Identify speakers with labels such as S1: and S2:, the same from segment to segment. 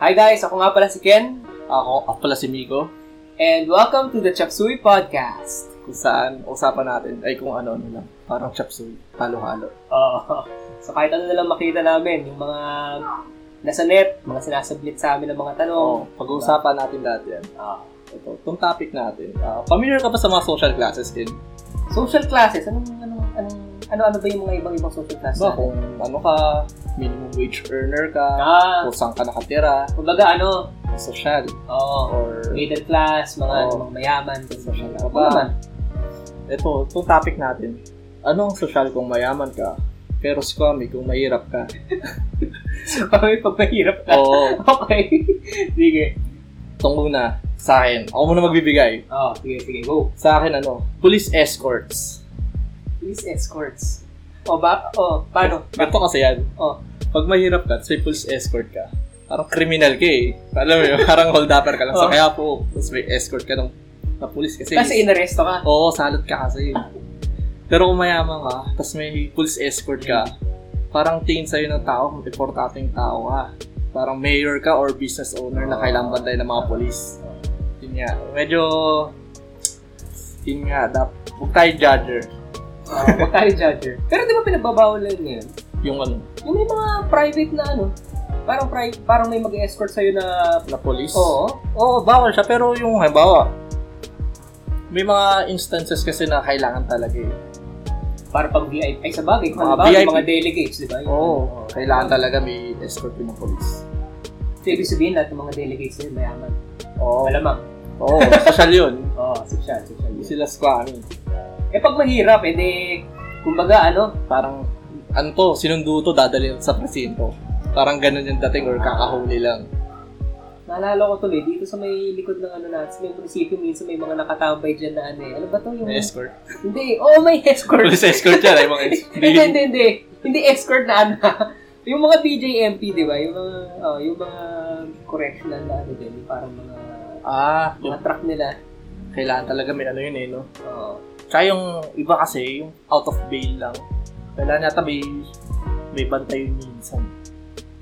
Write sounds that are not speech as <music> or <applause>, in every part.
S1: Hi guys, ako nga pala si Ken,
S2: Ako, ako pala si Miko,
S1: and welcome to the Chapsui Podcast.
S2: kung saan usapan natin, ay kung ano ano lang, parang chapsuy, halo-halo.
S1: Oo. So kahit ano na lang makita namin, yung mga nasa net, mga sinasubmit sa amin ng mga tanong.
S2: Oo, pag-uusapan natin dati yan.
S1: Ah,
S2: Ito, itong topic natin. Ah, familiar ka ba sa mga social classes, Ken?
S1: social classes, anong, anong, anong, ano-ano ba yung mga ibang-ibang social classes?
S2: Ba, kung ano ka, minimum wage earner ka,
S1: Ah,
S2: kung saan ka nakatira,
S1: kumbaga ano,
S2: kung social,
S1: oo,
S2: or
S1: middle class, mga,
S2: Oo.
S1: ano, mga mayaman, <laughs> social
S2: social ka
S1: Ano
S2: ba.
S1: naman?
S2: Ito, itong topic natin. Ano ang social kung mayaman ka? Pero si Kwame, kung mahirap
S1: <laughs>
S2: ka.
S1: So, may pagpahirap ka.
S2: Oo,
S1: Okay. <laughs> sige.
S2: itong una, sa akin. Ako muna magbibigay.
S1: Oh, sige, sige, go.
S2: Sa akin, ano, police escorts.
S1: Police escorts. O ba? O, paano?
S2: Ganito kasi yan.
S1: Oh.
S2: Pag mahirap ka, say police escort ka. Parang criminal ka eh. Alam mo yun, <laughs> parang hold upper ka lang
S1: Oh.
S2: sa kaya po. Tapos may escort ka ng na police kasi.
S1: Kasi inaresto ka.
S2: Oo, salot ka kasi. Pero kung mayaman ka, tapos may police escort ka, parang tingin sa'yo ng tao, kung importante yung tao ka. Parang mayor ka or business owner na kailangan bantayan ng mga police. Yun nga. Medyo... Yun nga, dap, huwag tayo judger.
S1: Uh, huwag tayo judger. Pero di ba pinagbabawalan ngayon?
S2: Yung ano,
S1: Yung may mga private na ano, parang pri- parang may mag-escort sa'yo na...
S2: na police.
S1: Oo.
S2: Oo, bawal siya. Pero yung halimbawa, may mga instances kasi na kailangan talaga eh.
S1: Para pag VIP. Ay, sa bagay. Kung
S2: Mga
S1: halimbawa, yung
S2: VIP.
S1: mga delegates, di ba? Yung-
S2: Oo, kailangan talaga may escort yung mga police.
S1: So, ibig sabihin lahat ng mga delegates na yun, mayaman.
S2: Oo,
S1: Malamang.
S2: oo, social yun.
S1: Oo, oh, social, social.
S2: Hindi
S1: yun.
S2: sila squammy.
S1: Eh, pag mahirap, eh, di... Kumbaga, ano,
S2: Parang, ano to, sinundo to, dadalhin sa presinto. Parang ganun yung dating or kakahuli lang.
S1: naalala ko tuloy, dito sa may likod ng ano natin, sa may munisipyo, minsan may mga nakatambay dyan na ano eh. Ano ba to yung...
S2: May
S1: <laughs>
S2: escort.
S1: Hindi, oo, may escort.
S2: Police escort yan, ay
S1: <laughs>
S2: mga
S1: hindi, hindi, hindi. Hindi escort na ano. yung mga BJMP, di ba? Yung mga, oh, yung mga correctional na ano din. Yung parang mga,
S2: Ah,
S1: mga
S2: yung,
S1: truck nila. Oh,
S2: kailangan talaga may ano yun eh, no?
S1: Oo.
S2: Tsaka yung iba kasi, yung out of bail lang. Kailangan yata may, may bantay yun minsan.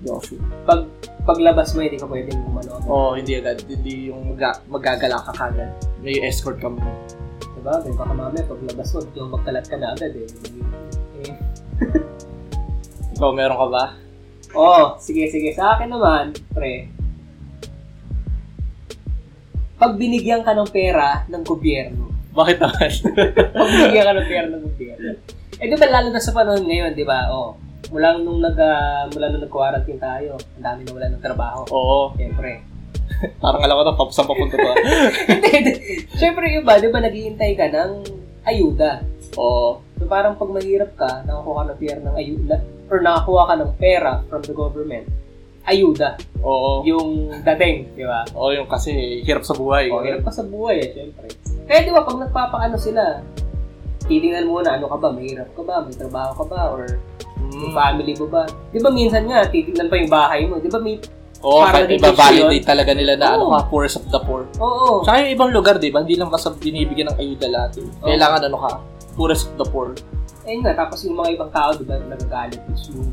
S2: Hindi ako sure.
S1: Pag, paglabas mo, hindi ka pwedeng gumano.
S2: Oo, oh, hindi agad. Hindi yung maga- magagala ka kagad. May escort ka muna.
S1: Di ba? May baka mamaya, paglabas mo, yung magkalat ka na agad eh. Eh.
S2: Ikaw, meron ka ba?
S1: Oo, oh, sige, sige. Sa akin naman, pre, pag binigyan ka ng pera ng gobyerno,
S2: Bakit naman? <laughs>
S1: Pag bigyan ka ng pera ng gobyerno. Eh, di ba, lalo na sa panahon ngayon, di ba? Oh, mula nung nag, ah, mula nung nag-quarantine tayo, ang dami na wala ng trabaho.
S2: Oo.
S1: Siyempre. <laughs>
S2: Parang alam ko na, pap- saan papunta to. ah?
S1: Hindi, hindi. Siyempre, yung ba, di ba, naghihintay ka ng ayuda.
S2: Oo.
S1: So, parang pag mahirap ka, nakakuha ka ng pera ng ayuda, or nakakuha ka ng pera from the government, ayuda.
S2: Oo.
S1: Yung dating, di ba?
S2: Oo, yung kasi hirap sa buhay.
S1: Oh, hirap ka sa buhay, eh, siyempre. Kaya di ba, pag nagpapaano sila, titingnan muna, ano ka ba, mahirap ka ba, may trabaho ka ba, or Yung
S2: Mm.
S1: family mo ba? Di ba minsan nga, titignan pa yung bahay mo. Di ba may...
S2: Oo,
S1: Para
S2: kahit
S1: din
S2: iba-validate talaga nila na ano
S1: Oo.
S2: ka, poorest of the poor.
S1: Oo.
S2: Tsaka yung ibang lugar, di ba? Hindi lang basta binibigyan ng ayuda lahat. eh. Kailangan ano ka, poorest of the poor.
S1: Ayun nga, tapos yung mga ibang tao, di ba, nagagalit is yung...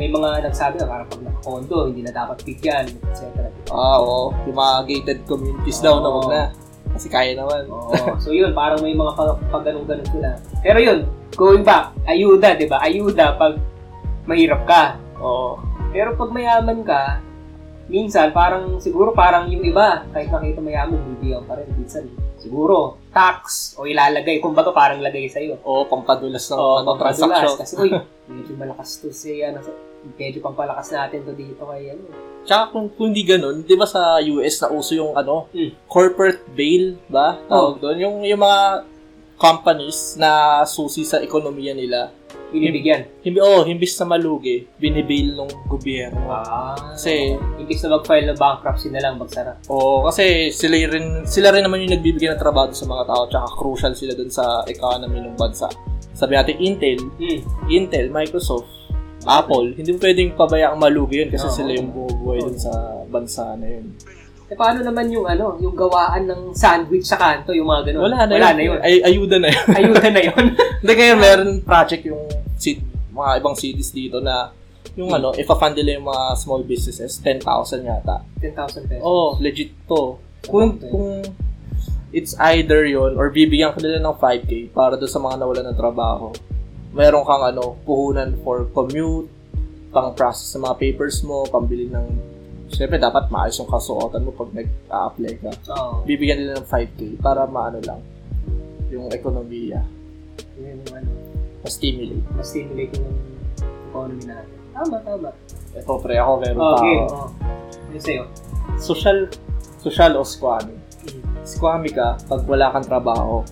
S1: May mga nagsabi na parang pag nakakondo, hindi na dapat bigyan, etc.
S2: Ah, oo. Yung mga gated communities daw na wag na. Kasi kaya naman.
S1: Oo. so yun, parang may mga pag, pag ganun-ganun sila. Pero yun, going back, ayuda, di ba? Ayuda pag mahirap ka.
S2: Oo.
S1: Pero pag mayaman ka, minsan parang siguro parang yung iba, kahit nakita mayaman, bibigyan pa rin minsan. Siguro, tax o ilalagay, kumbaga parang lagay sa'yo.
S2: Oo, pampadulas ng
S1: Oo,
S2: ano,
S1: oh,
S2: transaction.
S1: Kasi,
S2: <laughs>
S1: uy, medyo malakas to si, ano, sa- medyo pampalakas natin to dito kay, ano.
S2: Tsaka kung, kung hindi ganun, di ba sa US na uso yung ano,
S1: Mm.
S2: corporate bail ba?
S1: Oh.
S2: Tawag doon. Yung, yung mga companies na susi sa ekonomiya nila,
S1: Binibigyan.
S2: himbi, oh, himbis na malugi, binibail ng gobyerno.
S1: Ah.
S2: Hmm. Kasi,
S1: Imbis na mag-file ng bankruptcy na lang, magsara.
S2: oh, kasi sila rin, sila rin naman yung nagbibigay ng trabaho sa mga tao, tsaka crucial sila doon sa economy ng bansa. Sabi natin, Intel,
S1: Hmm.
S2: Intel, Microsoft, Apple, hindi mo pwedeng pabayaang malugi yun kasi
S1: Oo.
S2: sila yung bubuhay
S1: Oo.
S2: dun sa bansa na yun.
S1: E paano naman yung, ano, yung gawaan ng sandwich sa kanto, yung mga ganun?
S2: Wala na
S1: Wala
S2: yun.
S1: na yun.
S2: <laughs> Ay, ayuda na yun.
S1: Ayuda na yun. <laughs>
S2: Hindi, ngayon meron project yung sit, mga ibang cities dito na Yung ano, if a fund nila yung mga small businesses, 10,000 yata.
S1: 10,000 pesos.
S2: Oh, legit to. Kung,
S1: Okay.
S2: kung it's either yon or bibigyan ka nila ng 5K para doon sa mga nawalan ng trabaho, meron kang ano, puhunan for commute, pang process ng mga papers mo, pambili ng... Siyempre, dapat maayos yung kasuotan mo pag nag-a-apply ka.
S1: Oo.
S2: Bibigyan nila ng 5K para maano lang yung ekonomiya,
S1: Yun yung ano,
S2: ma-stimulate.
S1: na-stimulate yung economy natin. Tama, tama.
S2: Ito pre, ako meron
S1: Oo,
S2: pa
S1: okay.
S2: ako.
S1: Oo. Yun sa'yo.
S2: Social, social o squammy?
S1: Mm.
S2: Squammy ka pag wala kang trabaho.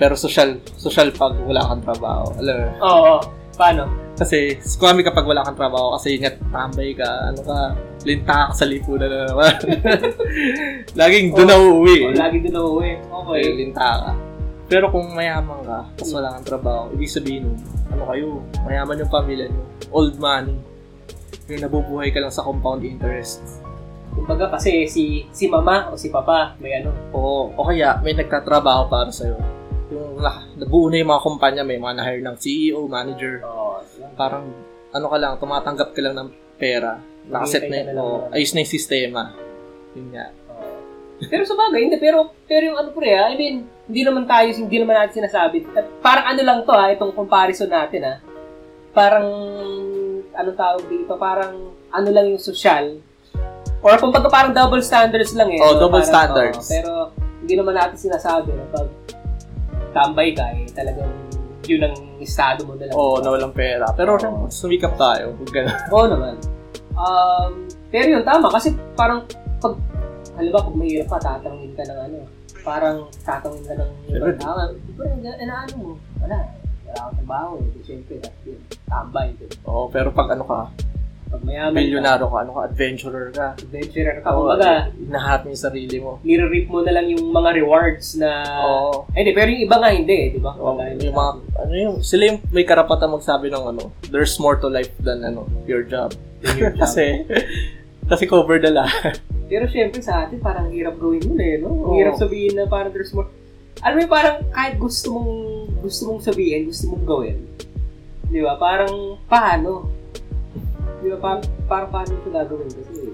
S2: Pero social, social pag wala kang trabaho. Alam mo,
S1: Oo, oo. Paano?
S2: kasi squammy ka pag wala kang trabaho kasi ingat tambay ka, ano ka, linta ka sa lipunan na naman. <laughs> Laging doon
S1: Oh.
S2: na uuwi.
S1: Oh, lagi doon ako eh. Okay.
S2: Okay, linta ka. Pero kung mayaman ka, tapos wala kang trabaho, ibig sabihin nun, ano kayo, mayaman yung pamilya nyo, old money. Yung nabubuhay ka lang sa compound interest.
S1: Kumbaga kasi si si mama o si papa may ano.
S2: Oo, o kaya may nagtatrabaho para sa'yo. Yung na, nabuo na yung mga kumpanya, may mga na-hire ng CEO, manager.
S1: Oo.
S2: Parang ano ka lang, tumatanggap ka lang ng pera. Nakaset na
S1: Hinihintay ka na
S2: yun.
S1: lang.
S2: oo, ayos na yung sistema. Yun nga.
S1: Oh. Pero sa bagay, hindi. Pero, pero yung ano pre ha, I mean, hindi naman tayo, hindi naman natin sinasabi. At Parang ano lang to ha, itong comparison natin ha. Parang, ano tawag dito, parang ano lang yung social. Or kung baga parang double standards lang eh.
S2: Oh,
S1: No,
S2: double
S1: parang,
S2: standards.
S1: oo, pero hindi naman natin sinasabi na pag tambay ka eh, talagang yun ang estado mo na lang.
S2: Oo, nawalang pera. Pero
S1: Oo.
S2: syempre, sumikap tayo. Huwag ganun.
S1: Oo naman. Um, pero yun, tama. Kasi parang, pag, halimbawa, kung mahirap ka, tatangin ka ng ano, parang tatangin ka ng
S2: Siyempre.
S1: ibang tama. Pero eh, inaano mo, wala. Wala kang trabaho. Eh. Siyempre, that's yun. Tambay. Eh.
S2: Oo, pero pag ano ka,
S1: Pag mayaman ka,
S2: milyonaryo ka, ano ka, adventurer ka.
S1: adventurer ka,
S2: Oo, eh.
S1: kumbaga,
S2: Hinahanap mo yung sarili mo.
S1: nire-reap mo na lang yung mga rewards na...
S2: Oo.
S1: Eh, di, pero yung iba nga hindi, eh, di ba?
S2: Oo,
S1: Kumbaga,
S2: yung mga, ano yung, sila yung may karapatan magsabi ng ano, there's more to life than ano, your job.
S1: your job.
S2: kasi, kasi covered na lahat.
S1: Pero syempre sa atin, parang hirap gawin yun eh, no? Ang
S2: Oo.
S1: hirap sabihin na parang there's more... Alam mo yun, parang kahit gusto mong, gusto mong sabihin, gusto mong gawin. Di ba? Parang, paano? Di ba? Parang, parang paano ito gagawin? Kasi,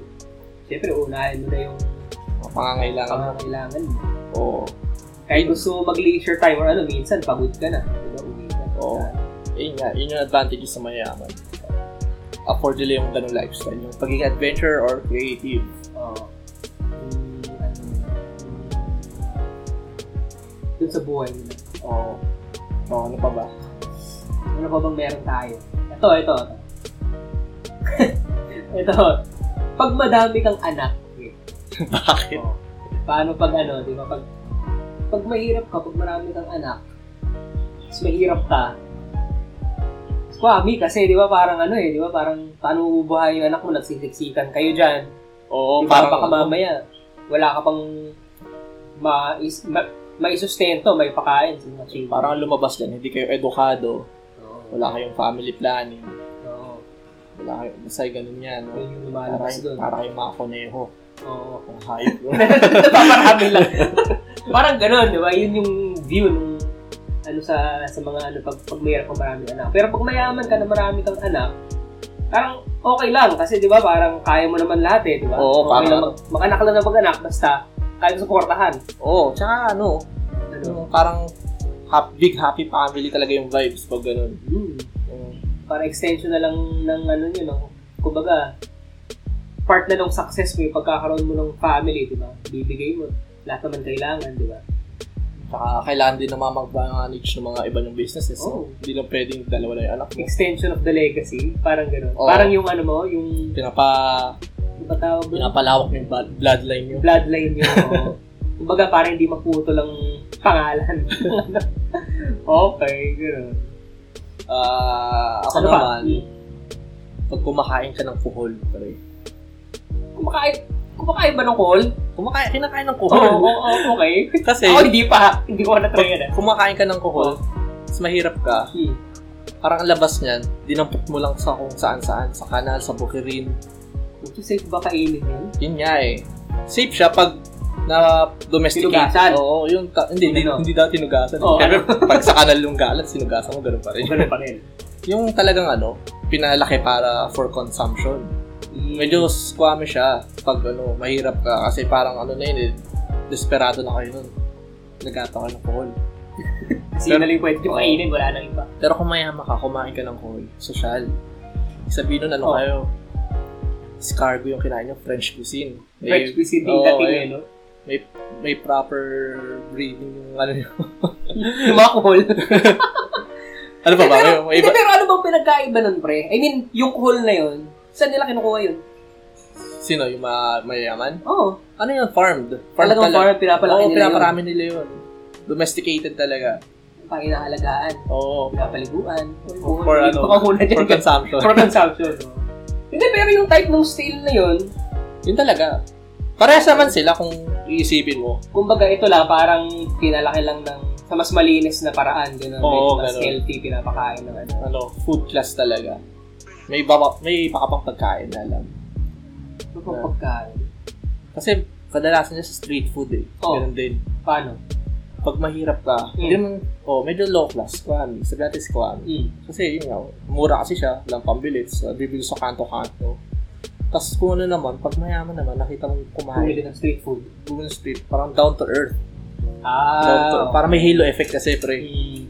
S1: syempre, unahin mo na yung
S2: Mga Pangangailangan.
S1: pangangailangan mo.
S2: Oo.
S1: Kahit gusto mo mag-leisure time or ano, minsan, pagod ka na. Di ba? Uwi ka.
S2: Oo. Yun nga, yun yung advantages sa mayaman. Afford nila yung ganung lifestyle. Yung pagiging adventurer or creative.
S1: Oo. Yung, ano, yung- dun sa buhay nila.
S2: Oo. Oo, ano pa ba? <laughs>
S1: Ano pa bang meron tayo? Ito, ito. <laughs> ito. ito. Pag madami kang anak, eh,
S2: Bakit?
S1: oh, paano pag ano, di ba? Pag, pag mahirap ka, pag marami kang anak, mas mahirap ka, Swami kasi, di ba, parang ano eh, di ba, parang paano ubuhay yung anak mo, nagsisiksikan kayo dyan.
S2: Oo,
S1: Di ba,
S2: parang
S1: baka mamaya, wala ka pang mais, ma, maisustento, may pakain. sa mga children.
S2: parang lumabas yan, hindi kayo edukado,
S1: Oo.
S2: wala kayong family planning,
S1: Oo.
S2: wala kayong, basta ganun yan. No?
S1: Yun yung
S2: Para,
S1: lumalabas doon.
S2: para kayong mga koneho,
S1: Oo.
S2: ang hayop.
S1: <laughs> Napaparami lang. Parang ganun, di ba? Yun yung view ng ano sa sa mga ano pag, pag mayroon kang maraming anak. Pero pag mayaman ka na marami kang anak, parang okay lang kasi 'di ba parang kaya mo naman lahat eh, 'di ba?
S2: Oo,
S1: okay
S2: parang
S1: lang mag, mag-anak lang na mag-anak basta kaya suportahan.
S2: <laughs> Oo, tsaka ano,
S1: Ano?
S2: yung parang hap- big happy family talaga yung vibes pag ganun.
S1: Hmm.
S2: Yung,
S1: Para extension na lang ng ano yun, no? kumbaga part na ng success mo yung pagkakaroon mo ng family, 'di ba? Bibigay mo lahat naman kailangan, 'di ba?
S2: tsaka kailangan din naman mag-manage ng mga iba yung businesses.
S1: Oo.
S2: no? Hindi lang pwedeng dalawa lang yung anak mo.
S1: extension of the legacy. Parang gano'n.
S2: Oo.
S1: Parang yung ano mo, yung
S2: Pinapa,
S1: yung patawag mo,
S2: pinapalawak mo yung ba- bloodline nyo.
S1: bloodline yung
S2: <laughs>
S1: oo. Kumbaga parang hindi maputo lang pangalan. <laughs> okay, gano'n.
S2: Ah, ako
S1: Ano pa?
S2: naman, pag kumakain ka ng kuhol, pare.
S1: Kumakain, kumakain ba ng call?
S2: Kumakain, kinakain ng
S1: Oo,
S2: kuhol.
S1: oo, oo,
S2: <laughs>
S1: okay.
S2: Kasi,
S1: Ako hindi pa, hindi ko na-try
S2: <laughs>
S1: yan. ah.
S2: kumakain ka ng kuhol, mas mahirap ka.
S1: Hmm.
S2: Parang ang labas niyan, dinampot mo lang sa kung saan-saan, sa kanal, sa bukirin,
S1: Kung safe ba kainin yun?
S2: yun nga eh. Safe siya pag na domestic
S1: Tinugasan.
S2: Oo, yung ta- hindi, hindi,
S1: Ano?
S2: hindi daw tinugasan.
S1: Oo,
S2: Pero pag sa kanal yung galat, sinugasan mo, ganun pa rin.
S1: Ganun pa rin.
S2: yung talagang ano, pinalaki para for consumption. Medyo squammy siya pag ano, mahirap ka kasi parang ano na yun eh, desperado na kayo nun. Nagata ka ng kohol.
S1: Kasi yun na lang yung pwede nyo kainin, wala nang iba.
S2: Pero kung mayaman ka, kumain ka ng kohol. Sosyal. Sabihin nun, ano
S1: Oh.
S2: kayo? Scargo yung kinain nyo, French cuisine.
S1: French
S2: May,
S1: cuisine yung
S2: Oo,
S1: dating
S2: ayun.
S1: eh, no? <laughs>
S2: may proper breathing yung ano yun. <laughs>
S1: Yung mga kuhol.
S2: ano pa ba?
S1: Pero,
S2: May, may
S1: hindi,
S2: iba-
S1: pero ano bang pinagkaiba nun, pre? I mean, yung kuhol na yun, saan nila kinukuha yun?
S2: Sino? Yung ma- mayayaman?
S1: Oo. Oh,
S2: Ano yun? Farmed. Farmed
S1: talagang
S2: talaga.
S1: farm, pinapalaki
S2: Oo,
S1: nila yun.
S2: pinaparami nila yun. Domesticated talaga.
S1: Pang inaalagaan,
S2: Oo.
S1: pinapaliguan.
S2: For ano,
S1: Pakahuna
S2: for
S1: dyan.
S2: consumption.
S1: For consumption. no? Hindi, pero yung type ng steel na yun,
S2: Yun talaga. Parehas naman sila kung iisipin mo.
S1: kumbaga ito lang, parang pinalaki lang ng sa mas malinis na paraan, gano'n.
S2: Oo,
S1: mas
S2: ganun.
S1: healthy, pinapakain ng ano.
S2: Ano, food class talaga. May baba, may iba ka pang pagkain na alam.
S1: Ano pang pagkain?
S2: Kasi kadalasan niya sa street food eh.
S1: Oo.
S2: Ganun din.
S1: Paano?
S2: Pag mahirap ka,
S1: Mm.
S2: hindi naman, oh, medyo low class, squammy. Sabi natin squammy.
S1: Mm.
S2: Kasi yun nga, mura kasi siya, walang pambilit. So, bibili sa kanto-kanto. Tapos kung ano naman, pag mayaman naman, nakita mo
S1: Pumili
S2: kumain.
S1: ng street food.
S2: Bumili sa street, parang down to earth. Down to,
S1: Ah,
S2: Parang may halo effect kasi, pre.
S1: Mm.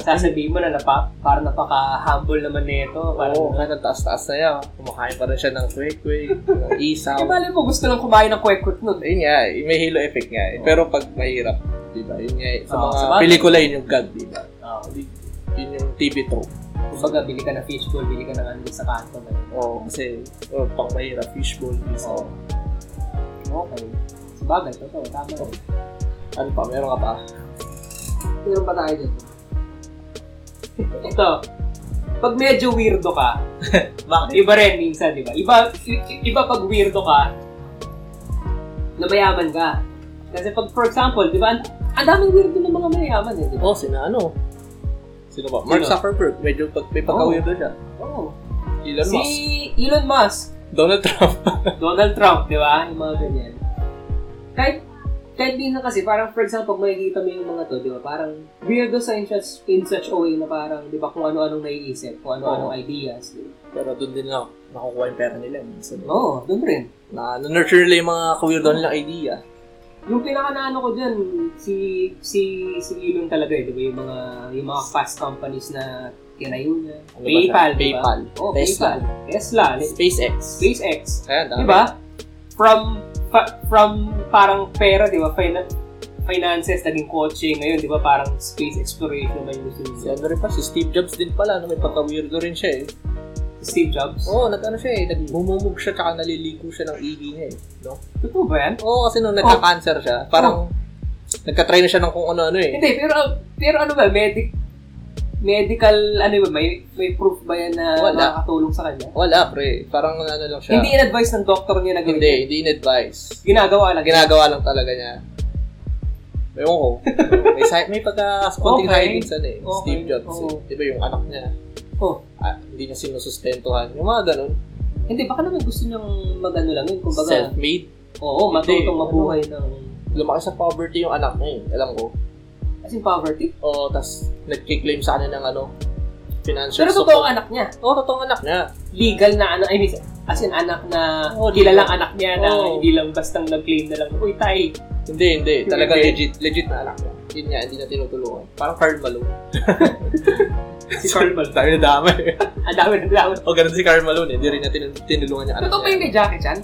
S1: Parang sasabihin mo na napa, parang napaka-humble naman nito. Parang,
S2: Oo, kahit ang taas-taas na yan. Kumakain pa rin siya ng
S1: <laughs>
S2: kwek-kwek, ng isaw.
S1: Eh, bali mo, gusto lang kumain ng kwek-kwek nun.
S2: Ayun nga, eh, may halo effect nga. eh.
S1: Oo.
S2: Pero pag mahirap, di ba? Yun nga, eh, sa
S1: Oo,
S2: mga
S1: sa bagay.
S2: pelikula yun yung God, di ba?
S1: Oh.
S2: Yun yung TV trope.
S1: Kumbaga, bili ka ng fishbowl, bili ka ng ano sa kanto. ganun.
S2: Oo, kasi oh, pang mahirap, fishbowl, isaw.
S1: Oo. Okay. Sabagay, totoo, tama. yun.
S2: Ano pa, meron ka pa?
S1: Meron ba tayo dyan? Ito, pag medyo weirdo ka,
S2: Bakit?
S1: iba rin minsan, di ba? Iba, i- iba pag weirdo ka, na mayaman ka. Kasi pag, for example, di ba, ang- ang daming weirdo ng mga mayaman eh, di ba?
S2: Oo, oh, sina ano? Sino ba? Mark
S1: Sino?
S2: Zuckerberg. Oh. Medyo pag, may pagka-weirdo siya.
S1: Oo.
S2: Elon
S1: si
S2: Musk.
S1: Elon Musk,
S2: Donald Trump.
S1: <laughs> Donald Trump, di ba? Yung mga ganyan. Kahit, kahit minsan kasi, parang for example, pag makikita mo yung mga to, di ba? Parang weirdo sa in such, in such a way na parang, di ba, kung ano-anong naiisip, kung ano-anong ideas. Di ba?
S2: <laughs> Pero doon din na nakukuha yung pera nila. Minsan,
S1: Oo, doon rin.
S2: na, nurture nila yung mga ka-weirdo nilang idea.
S1: Yung pinaka na ano ko dyan, si, si, si Elon talaga eh, di ba? Yung mga, yung mga fast companies na kinayo niya.
S2: Ano ba siya?
S1: PayPal, di ba?
S2: PayPal.
S1: Oh,
S2: Tesla.
S1: PayPal. Tesla.
S2: SpaceX. Diba?
S1: SpaceX.
S2: Ayan, dami.
S1: Di ba? From fa- from parang pera, di ba? Finan- finances, naging coaching. Ngayon, di ba? Parang space exploration naman yung uh, gusto
S2: Si
S1: nila.
S2: ano rin pa, si Steve Jobs din pala, no? may pagka-weirdo rin siya eh.
S1: Steve Jobs.
S2: Oo, oh, nag-ano siya eh, nagmumumog siya tsaka naliliko siya ng ED niya eh. No?
S1: Totoo ba yan?
S2: Oo, kasi nung nagka-cancer siya, parang nagka-try na siya ng kung ano-ano eh.
S1: Hindi, pero pero ano ba? Medic medical, ano ba? May, may proof ba yan na
S2: Wala.
S1: makakatulong sa kanya?
S2: Wala pre, parang ano lang siya.
S1: Hindi in-advise ng doktor niya na gawin.
S2: hindi,
S1: yan.
S2: hindi in-advise.
S1: Ginagawa lang.
S2: Ginagawa lang talaga niya. Ewan ko. may, side, may pagka-sponting
S1: Okay.
S2: okay. side eh.
S1: Okay.
S2: Steve Jobs. eh.
S1: Oo.
S2: Di ba yung anak niya?
S1: Oh,
S2: Ah, hindi niya sinusustentuhan. Yung mga ganun.
S1: hindi, baka naman gusto niyang mag-ano lang yun. Kumbaga,
S2: Self-made.
S1: oo,
S2: Hindi.
S1: matutong mabuhay ng...
S2: Lumaki sa poverty yung anak niya eh. Alam ko.
S1: As in poverty.
S2: Oo, tas nagkiklaim sa akin ng ano, financial
S1: Pero
S2: support.
S1: totoo anak niya.
S2: Oo, totoong anak niya.
S1: legal na ano, I mean, as in anak na,
S2: Oo,
S1: kilalang anak niya na
S2: Oo.
S1: hindi lang bastang nag-claim na lang, uy, tay.
S2: Hindi, hindi. Talaga
S1: Hindi.
S2: legit, legit na anak niya. Yun nga, hindi na tinutulungan. Parang Karl Malone.
S1: <laughs> Si Carl Malone.
S2: Tayo na damay.
S1: Ang dami ng dami.
S2: o, ganun si Karl Malone. eh. Hindi rin natin tinulungan yung anak
S1: Totoo ba yung
S2: niya.
S1: kay Jackie Chan?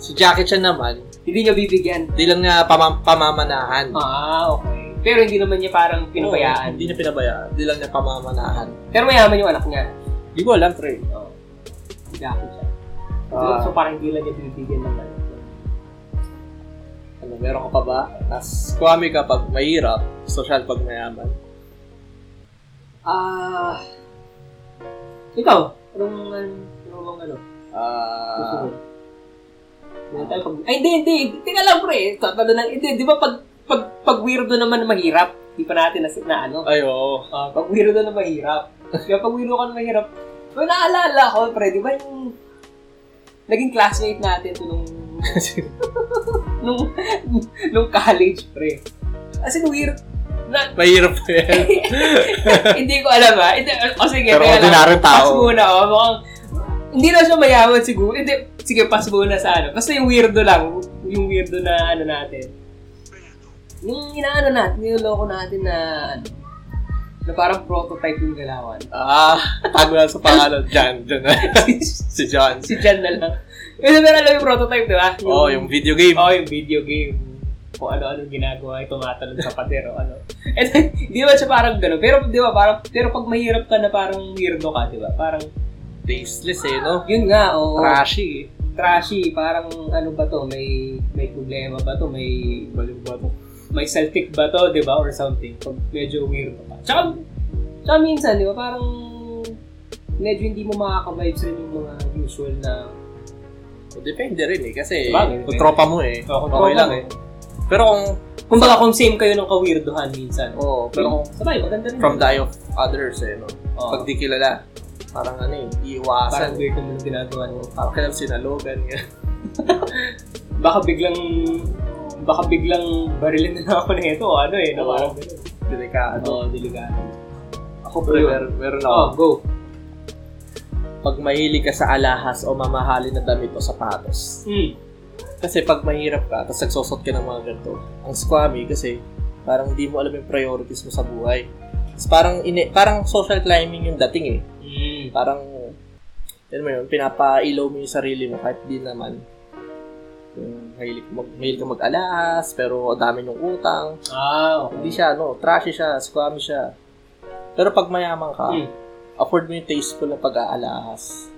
S2: Si Jackie Chan naman,
S1: Hindi niya bibigyan.
S2: di lang nga pama- pamamanahan.
S1: Ah, okay. Pero hindi naman niya parang pinabayaan.
S2: Oo, Oh. Hindi na pinabayaan. Di lang niya pamamanahan.
S1: Pero mayaman yung anak niya.
S2: Hindi ko alam, pre.
S1: Oh. Si Jackie Chan.
S2: Ah.
S1: so, parang hindi lang niya bibigyan ng ano.
S2: Ano, meron ka pa ba? Tapos, kuwami ka pag mahirap, social pag mayaman.
S1: Ah, ikaw, anong, anong, anong ano? Gusto
S2: Ah,
S1: mo? Meron tayo pag- Ay, hindi, hindi. Teka lang, pre. Tatalo lang. Hindi, di ba pag, pag, pag weirdo naman mahirap, di pa natin na, na ano.
S2: ay, oo. <laughs>
S1: Ah, pag weirdo na mahirap. Kaya pag weirdo ka na mahirap, well, naalala ko, pre, di ba yung naging classmate natin to nung, <laughs> nung, nung college, pre. As in, weird, na,
S2: Mahirap pa yan.
S1: <laughs> hindi ko alam ah. Hindi, o sige,
S3: Pero
S1: teka lang.
S3: ordinaryong tao.
S1: Pass muna oh. Mukhang, hindi na siya mayaman siguro. Hindi, sige, pass muna sa ano. Basta yung weirdo lang. Yung weirdo na ano natin. Yung inaano natin, niloloko natin na ano, na parang prototype yung galawan.
S2: ah, tago lang sa pangalan. John, John. <laughs> si John.
S1: si Jan na lang. <laughs> Kasi meron alam yung prototype, di ba?
S2: Oh, yung video game.
S1: Oo, yung video game. Kung ano-ano ginagawa, yung tumatalon sa pader o ano. And then, <laughs> di ba siya parang gano'n? Pero di ba, parang, pero pag mahirap ka na parang weirdo ka, di ba? Parang,
S2: Tasteless eh, no?
S1: yun nga, o
S2: Trashy eh.
S1: trashy, parang ano ba to, may may problema ba to, may
S2: Balik ba ito?
S1: may Celtic ba to, di ba, or something. Pag medyo weirdo ka. Tsaka, tsaka minsan, di ba, parang medyo hindi mo makaka-vibes rin yung mga usual na
S2: Depende rin eh, kasi
S1: Bagay,
S2: kung tropa mo eh.
S1: Oo, kung
S2: okay
S1: tropa
S2: lang
S1: mo.
S2: eh. Pero kung,
S1: Kumbaga kung same kayo ng kawirdohan minsan.
S2: oh, pero kung
S1: Sabay, maganda rin.
S2: from
S1: yun.
S2: the eye of others eh, no?
S1: Oo.
S2: Pag di kilala, parang ano eh,
S1: Parang
S2: iiwasan.
S1: weird naman yung ginagawa niyo.
S2: Parang kailang <laughs> sinalogan nga.
S1: Baka biglang baka biglang barilin na lang ako na ito. Ano eh, na
S2: Oo.
S1: parang ganun.
S2: Delikado.
S1: Oo, delikado.
S2: Ako pre,
S1: Yun.
S2: meron, meron ako.
S1: Oh, go.
S2: Pag mahilig ka sa alahas o mamahalin na damit o sapatos.
S1: Mm.
S2: Kasi pag mahirap ka, tapos nagsusot ka ng mga ganito, ang squammy kasi parang hindi mo alam yung priorities mo sa buhay. Tapos parang, ine- parang social climbing yung dating eh.
S1: Mm.
S2: Parang, yun mo yun, pinapailaw mo yung sarili mo kahit di naman. Yung mahilig, mag, mahilig ka mag-alahas, pero ang dami yung utang.
S1: Ah, okay.
S2: Hindi siya, no, trashy siya, squammy siya. Pero pag mayaman ka,
S1: Mm.
S2: afford mo yung tasteful na pag-aalahas.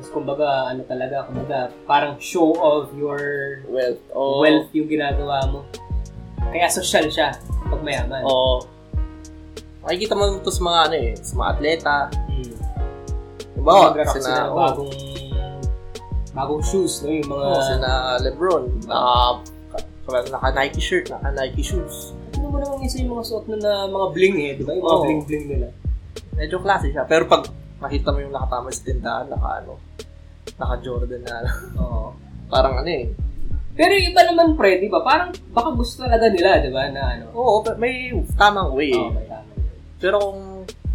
S1: Tapos kumbaga, ano talaga, kumbaga, parang show of your
S2: Wealth. Oh,
S1: wealth yung ginagawa mo. Kaya social siya pag mayaman.
S2: Oo. Makikita mo to sa mga ano eh, sa mga atleta.
S1: Mm.
S2: Diba? Oh,
S1: Kumbaga, kasi
S2: sina,
S1: na
S2: oh,
S1: bagong bagong shoes, no? Yung mga
S2: oh, sina Lebron, na naka Nike shirt, naka Nike shoes.
S1: Ano mo naman isa yung mga suot na, na mga bling eh, di ba? Yung mga
S2: Oo.
S1: bling-bling nila.
S2: Medyo classy siya. Pero pag nakita mo yung nakatama sa tindahan, naka ano, naka Jordan na ano.
S1: Oo.
S2: <laughs> Parang ano eh.
S1: Pero yung iba naman, pre, di ba? Parang baka gusto talaga nila, di ba? Na ano.
S2: Oo, pero may tamang way eh.
S1: Oo, may tama.
S2: Pero kung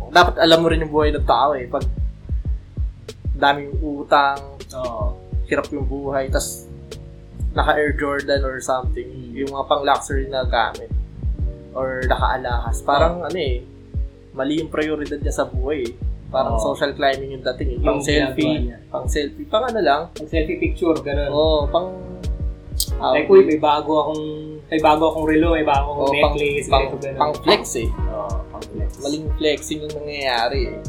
S2: dapat alam mo rin yung buhay ng tao eh. Pag daming utang,
S1: Oo.
S2: hirap yung buhay, tas naka Air Jordan or something,
S1: Mm.
S2: yung mga pang luxury na gamit or naka-alahas. Parang ano eh, mali yung prioridad niya sa buhay. eh. Parang
S1: Oo.
S2: social climbing yung dating. eh. Pang
S1: Yung ginagawa
S2: selfie,
S1: niya.
S2: pang selfie, pang ano lang.
S1: Pag selfie picture, gano'n.
S2: Oo, Oh, pang ah,
S1: Like, uy, may bago akong, may bago akong relo, may bago akong
S2: oo, Oh, pang,
S1: necklace,
S2: pang,
S1: ganito, ganun.
S2: pang flex eh.
S1: Oo, pang flex.
S2: Maling flexing yung nangyayari eh.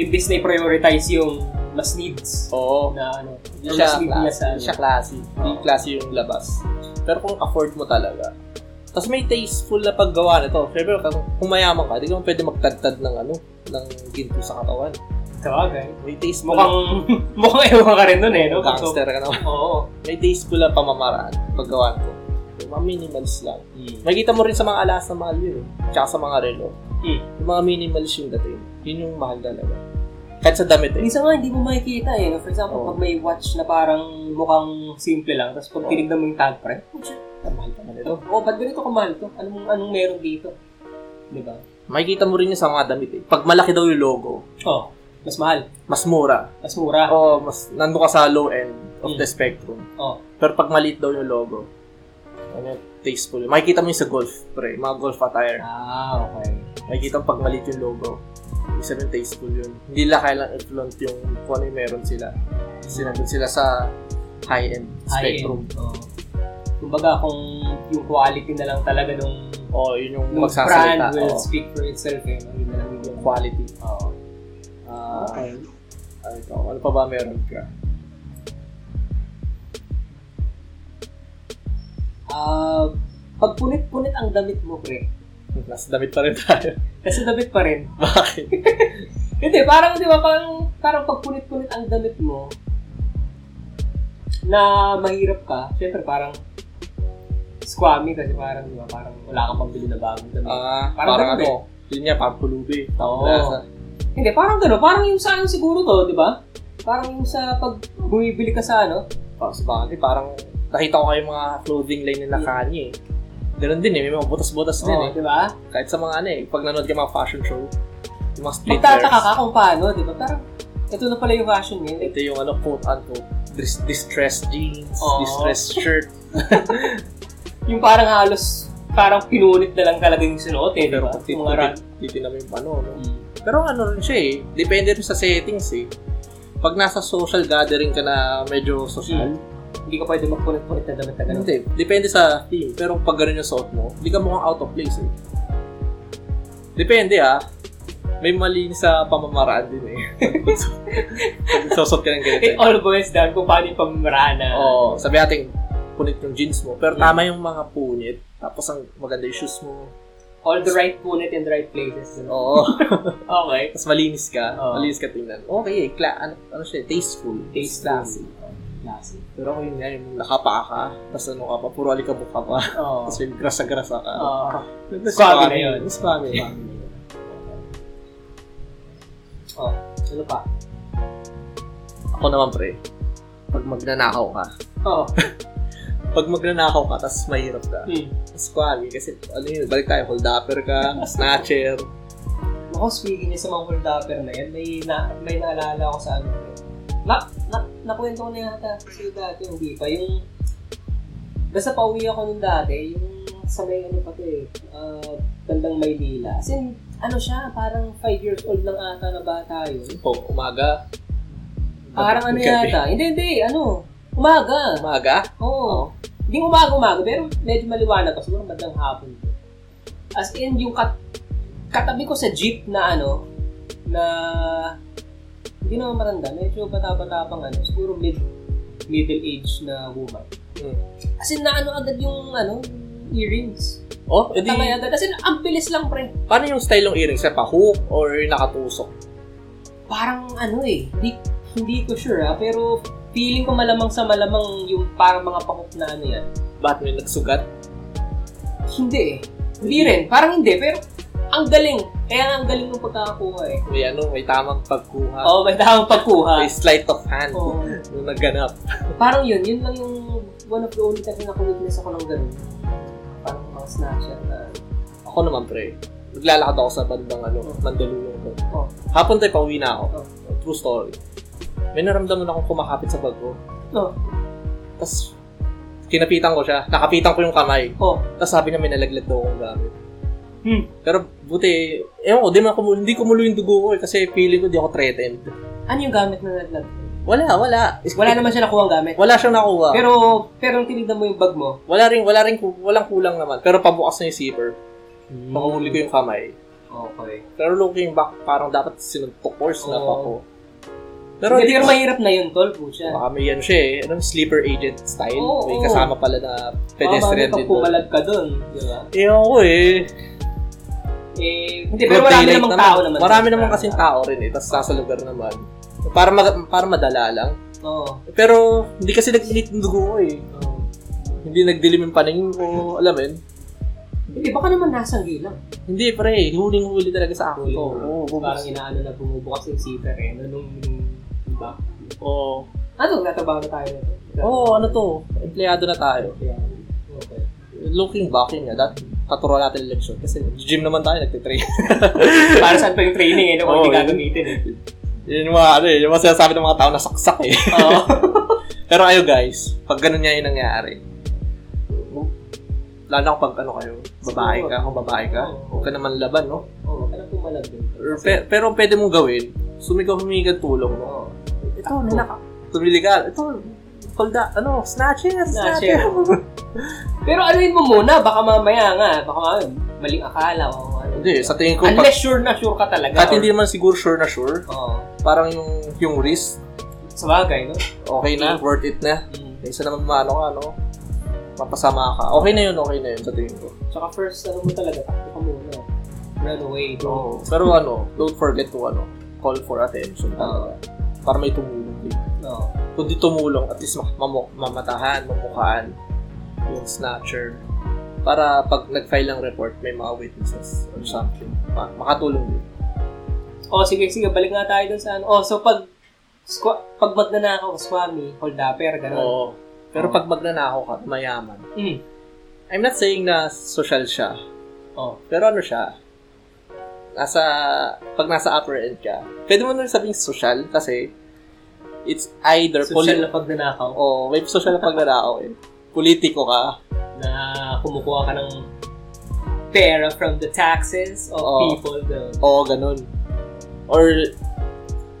S1: Imbis na i-prioritize yung mas needs
S2: Oo.
S1: na ano.
S2: Hindi
S1: yung
S2: siya,
S1: mas needs niya
S2: classy,
S1: sa
S2: hindi siya
S1: ano.
S2: classy. Hindi
S1: Oo.
S2: classy yung labas. Pero kung afford mo talaga. Tapos may tasteful na paggawa nito. Pero kung, kung mayaman ka, di ka mo pwede magtadtad ng ano, ng ginto sa katawan.
S1: Sabagay.
S2: May tasteful
S1: Mukhang, <laughs> mukhang ewan ka rin nun eh, no?
S2: na gangster ka naman.
S1: So, Oo.
S2: May tasteful na pamamaraan paggawa nito. Mga minimalist lang. Makikita mo rin sa mga alas na mahal yun. eh. Tsaka sa mga relo.
S1: Hmm.
S2: Yung mga minimalist yung dating. Yun yung mahal talaga. Kahit sa damit eh.
S1: Minsan nga, hindi mo makikita eh. no? For example,
S2: Oo.
S1: pag may watch na parang mukhang simple lang, tapos pag
S2: Oo.
S1: tinignan mo yung tag, pre,
S2: Ang mahal pa nito.
S1: oh, ba't ganito kamahal to? Anong, anong meron dito? Di ba?
S2: Makikita mo rin yun sa mga damit eh. Pag malaki daw yung logo,
S1: Oh, mas mahal.
S2: mas mura.
S1: Mas mura.
S2: Oo, mas nando ka sa low end of the
S1: Mm.
S2: spectrum.
S1: Oh.
S2: Pero pag maliit daw yung logo, ano, tasteful. Makikita mo yun sa golf, pre. Mga golf attire.
S1: Ah, okay.
S2: Makikita mo pag maliit yung logo. Ibig sabihin tasteful yun. Hindi lang kailang influent yung kung ano yung meron sila. Kasi nandun sila sa high-end spectrum.
S1: High-end. Oh. Kumbaga, kung yung quality na lang talaga nung,
S2: Oo, Oh, yun yung
S1: nung brand
S2: magsasalita.
S1: will
S2: Oo.
S1: speak for itself eh. no? Yun na lang yung
S2: Quality.
S1: Oo.
S2: Ah,
S1: Okay.
S2: ano to? Ano pa ba meron ka?
S1: Ah, pag punit-punit ang damit mo, pre,
S2: Nasa damit pa rin tayo.
S1: nasa damit pa rin,
S2: <laughs> Bakit?
S1: <laughs> Hindi, parang, di ba, parang, parang pagpunit-punit ang damit mo, na mahirap ka, syempre parang squammy kasi parang, di ba, parang wala kang pambili na bagong damit.
S2: Ah,
S1: Parang
S2: parang,
S1: ganun eh.
S2: ano? Yun nga, parang pulubi.
S1: Oo.
S2: Lasa.
S1: Hindi, parang gano'n, parang yung sa ano siguro to, di ba? Parang yung sa pag bumibili ka sa ano,
S2: Parang sa bagay, parang nakita ko kayo mga clothing line nila Kanye. eh. Ganun din eh, may mga butas-butas din
S1: Oo,
S2: eh.
S1: di ba?
S2: Kahit sa mga ano eh, pag nanood ka mga fashion show, yung mga street
S1: Magtataka ka kung paano, di ba? Parang, ito na pala yung fashion ngayon.
S2: Ito yung ano, quote-unquote, dis- distressed jeans,
S1: Oo.
S2: distressed shirt.
S1: Yung parang halos, parang pinunit na lang talaga yung sinuot eh, di ba?
S2: Pero kung
S1: Mga run.
S2: titin namin yung ano, no? Pero ano rin siya eh, depende rin sa settings eh. Pag nasa social gathering ka na medyo social,
S1: Hindi ka pwede magpunit-punit na damit na ganun.
S2: Ano? hindi, depende sa theme. Pero pag ganun yung suot mo, hindi ka mukhang out of place eh. Depende ah. May mali sa pamamaraan din eh. pag <laughs> susot ka ng ganito.
S1: It all boils down kung paano yung pamamaraan na.
S2: Oo, sabi natin, punit yung jeans mo. Pero tama yung mga punit, tapos ang maganda yung shoes mo.
S1: All the right punit in the right places. di ba?
S2: Oo. <laughs>
S1: Okay.
S2: tapos malinis ka,
S1: Oo.
S2: malinis ka tingnan. Okay, eh, kla- ano, ano siya, eh, tasteful.
S1: Taste
S2: Classy.
S1: Classic.
S2: Pero kung yun nga, yung nakapa ka, tapos ano ka pa, puro alikabok ka pa.
S1: Oo.
S2: Tapos yung grasa-grasa ka.
S1: Oo.
S2: Spammy
S1: na yun.
S2: Spammy na.
S1: Oh, ano pa?
S2: Ako naman pre, pag magnanakaw ka,
S1: Oo.
S2: pag magnanakaw ka, tapos mahirap ka,
S1: Hmm.
S2: squammy. Kasi, ano yun, balik tayo, hold upper ka, snatcher.
S1: Ako, speaking niya sa mga hold upper na yan, may, na, may naalala ako sa ano. Na, na, nakwento ko na yata sa iyo dati, hindi pa. Yung, basta pauwi ako nung dati, yung sa may ano pa to eh, uh, bandang Maynila. As in, ano siya, parang 5 years old lang ata na bata yun.
S2: Po, umaga.
S1: Parang ano
S2: Gabi.
S1: yata, hindi, hindi, ano, umaga.
S2: Umaga?
S1: Oo. Hindi umaga-umaga, pero medyo maliwanag pa. Siguro bandang hapon. As in, yung kat katabi ko sa jeep na ano, na hindi naman matanda, medyo bata-bata pang ano, siguro mid middle age na woman.
S2: Mm.
S1: As in, naano agad yung ano, yung earrings.
S2: Oh, edi,
S1: Tangay agad. As in, ang bilis lang, pre.
S2: paano yung style ng earrings? Sa pa-hook or nakatusok?
S1: Parang ano eh, hindi, hindi ko sure ah, pero feeling ko malamang sa malamang yung parang mga pakok na ano yan.
S2: Ba't may nagsugat?
S1: Hindi eh. Hindi rin. Parang hindi. Pero ang galing. Kaya nga ang galing ng pagkakakuha eh.
S2: May ano, may tamang pagkuha.
S1: Oo, oh, may tamang pagkuha.
S2: May sleight of hand.
S1: Oo.
S2: Nung nagganap.
S1: Parang yun. Yun lang yung one of the only times na naku-witness ako ng ganun. Parang mga snatcher na...
S2: Ako naman, pre. Naglalakad ako sa bandang ano, Mandaluyong ko.
S1: Oh.
S2: Hapon tayo, pauwi na ako.
S1: Oh.
S2: True story. May naramdaman akong kumakapit sa bag ko.
S1: Oh.
S2: Tapos, kinapitan ko siya. Nakapitan ko yung kamay.
S1: Oh.
S2: Tapos sabi niya may nalaglag daw akong gamit.
S1: Hmm.
S2: Pero buti, ewan ko, di man kumu- hindi kumulo yung dugo ko eh, kasi feeling ko di ako threatened.
S1: Ano yung gamit na naglag?
S2: Wala, wala.
S1: Wala naman siya nakuha ang gamit.
S2: Wala siyang nakuha.
S1: Pero, pero nung tinignan mo yung bag mo,
S2: wala rin, wala rin, ku- walang kulang naman. Pero pabukas na yung zipper.
S1: Hmm.
S2: Nakahuli ko yung kamay.
S1: Okay.
S2: Pero looking back, parang dapat sinuntok or snap
S1: Oo.
S2: ako.
S1: Pero,
S2: Pero
S1: hindi, pero mahirap na yun, tol. Pucha.
S2: Baka may ano siya eh, anong sleeper agent style.
S1: Oo,
S2: may
S1: oo.
S2: kasama pala na pedestrian
S1: Baka
S2: din doon.
S1: pumalag ka dun, di ba?
S2: Ewan ko eh.
S1: Eh, hindi, pero marami
S2: Daylight
S1: namang tao naman.
S2: Marami naman kasing tao rin eh, tapos nasa lugar naman. Para, mag- para madala lang.
S1: Oo.
S2: Pero hindi kasi nag-init ng dugo ko eh.
S1: Oo.
S2: Hindi nagdilim yung paningin ko, alam mo yun.
S1: Hindi, baka naman nasanggi lang.
S2: Hindi pre, huling-huli talaga sa akin. to.
S1: Huling-huli.
S2: Oo,
S1: Parang
S2: bukas.
S1: inaano na bumubukas yung zipper eh. No, nung, nung, diba?
S2: Oo.
S1: Ano, natabaho na tayo nito.
S2: Oo, ano to, empleyado na tayo.
S1: Yeah. Okay.
S2: Looking back yun nga, dati paturuan natin yung leksyon. Kasi gym naman tayo, nagtitrain.
S1: Para saan pa yung training eh, no, kung
S2: <laughs> Oo,
S1: hindi
S2: yun.
S1: gagamitin eh.
S2: yun yung mga ano eh, yung mga sinasabi ng mga tao na saksak eh.
S1: Oo.
S2: <laughs> Pero ayo guys, pag ganun nga yung nangyari, lalo na kung pag ano kayo, babae ka, kung babae ka, huwag ka naman laban, no?
S1: Oo, parang pumalag din.
S2: Or pe- pero ang pwede mong gawin, sumigaw humingi ka ng tulong, no?
S1: Oo.
S2: Ito, nilaka. Tumili ka, ito, hold up, ano, snatcher,
S1: Snatcher.
S2: snatcher. <laughs>
S1: Pero anuin mo muna, baka mamaya nga, baka mamaya, maling akala o ano.
S2: Hindi, sa tingin ko, pag,
S1: Unless sure na sure ka talaga.
S2: kahit
S1: or-
S2: hindi naman siguro sure na sure,
S1: Oo.
S2: parang yung, yung wrist,
S1: Sa bagay, no?
S2: okay na, worth it na.
S1: Mm.
S2: Eh, Isa naman maano ka, no? Mapasama ka. Okay na yun, okay na yun sa tingin ko.
S1: Tsaka first, ano mo talaga, takto ka muna. Run away, don't
S2: Oo. Pero ano, don't forget to ano, call for attention talaga. Para may tumulong din.
S1: No.
S2: Kung di tumulong, at least ma- mamu- mamatahan, mamukhaan yung snatcher. Para pag nag-file ng report, may mga witnesses or something. Ma- makatulong din.
S1: Oh, sige, sige, balik nga tayo dun sa ano. Oh, so pag squa- pag magnanakaw ka, swami, hold upper, ganun.
S2: Oo. Pero pag magnanakaw ka, mayaman,
S1: Mm.
S2: I'm not saying na social siya.
S1: Oh.
S2: Pero ano siya? Nasa, pag nasa upper end ka, pwede mo na rin sabing social kasi it's either
S1: Social
S2: poli-
S1: na pagnanakaw
S2: oh, may social na pagnanakaw eh. Politiko ka.
S1: na kumukuha ka ng pera from the taxes of
S2: Oo.
S1: people. The,
S2: Oo, ganun. Or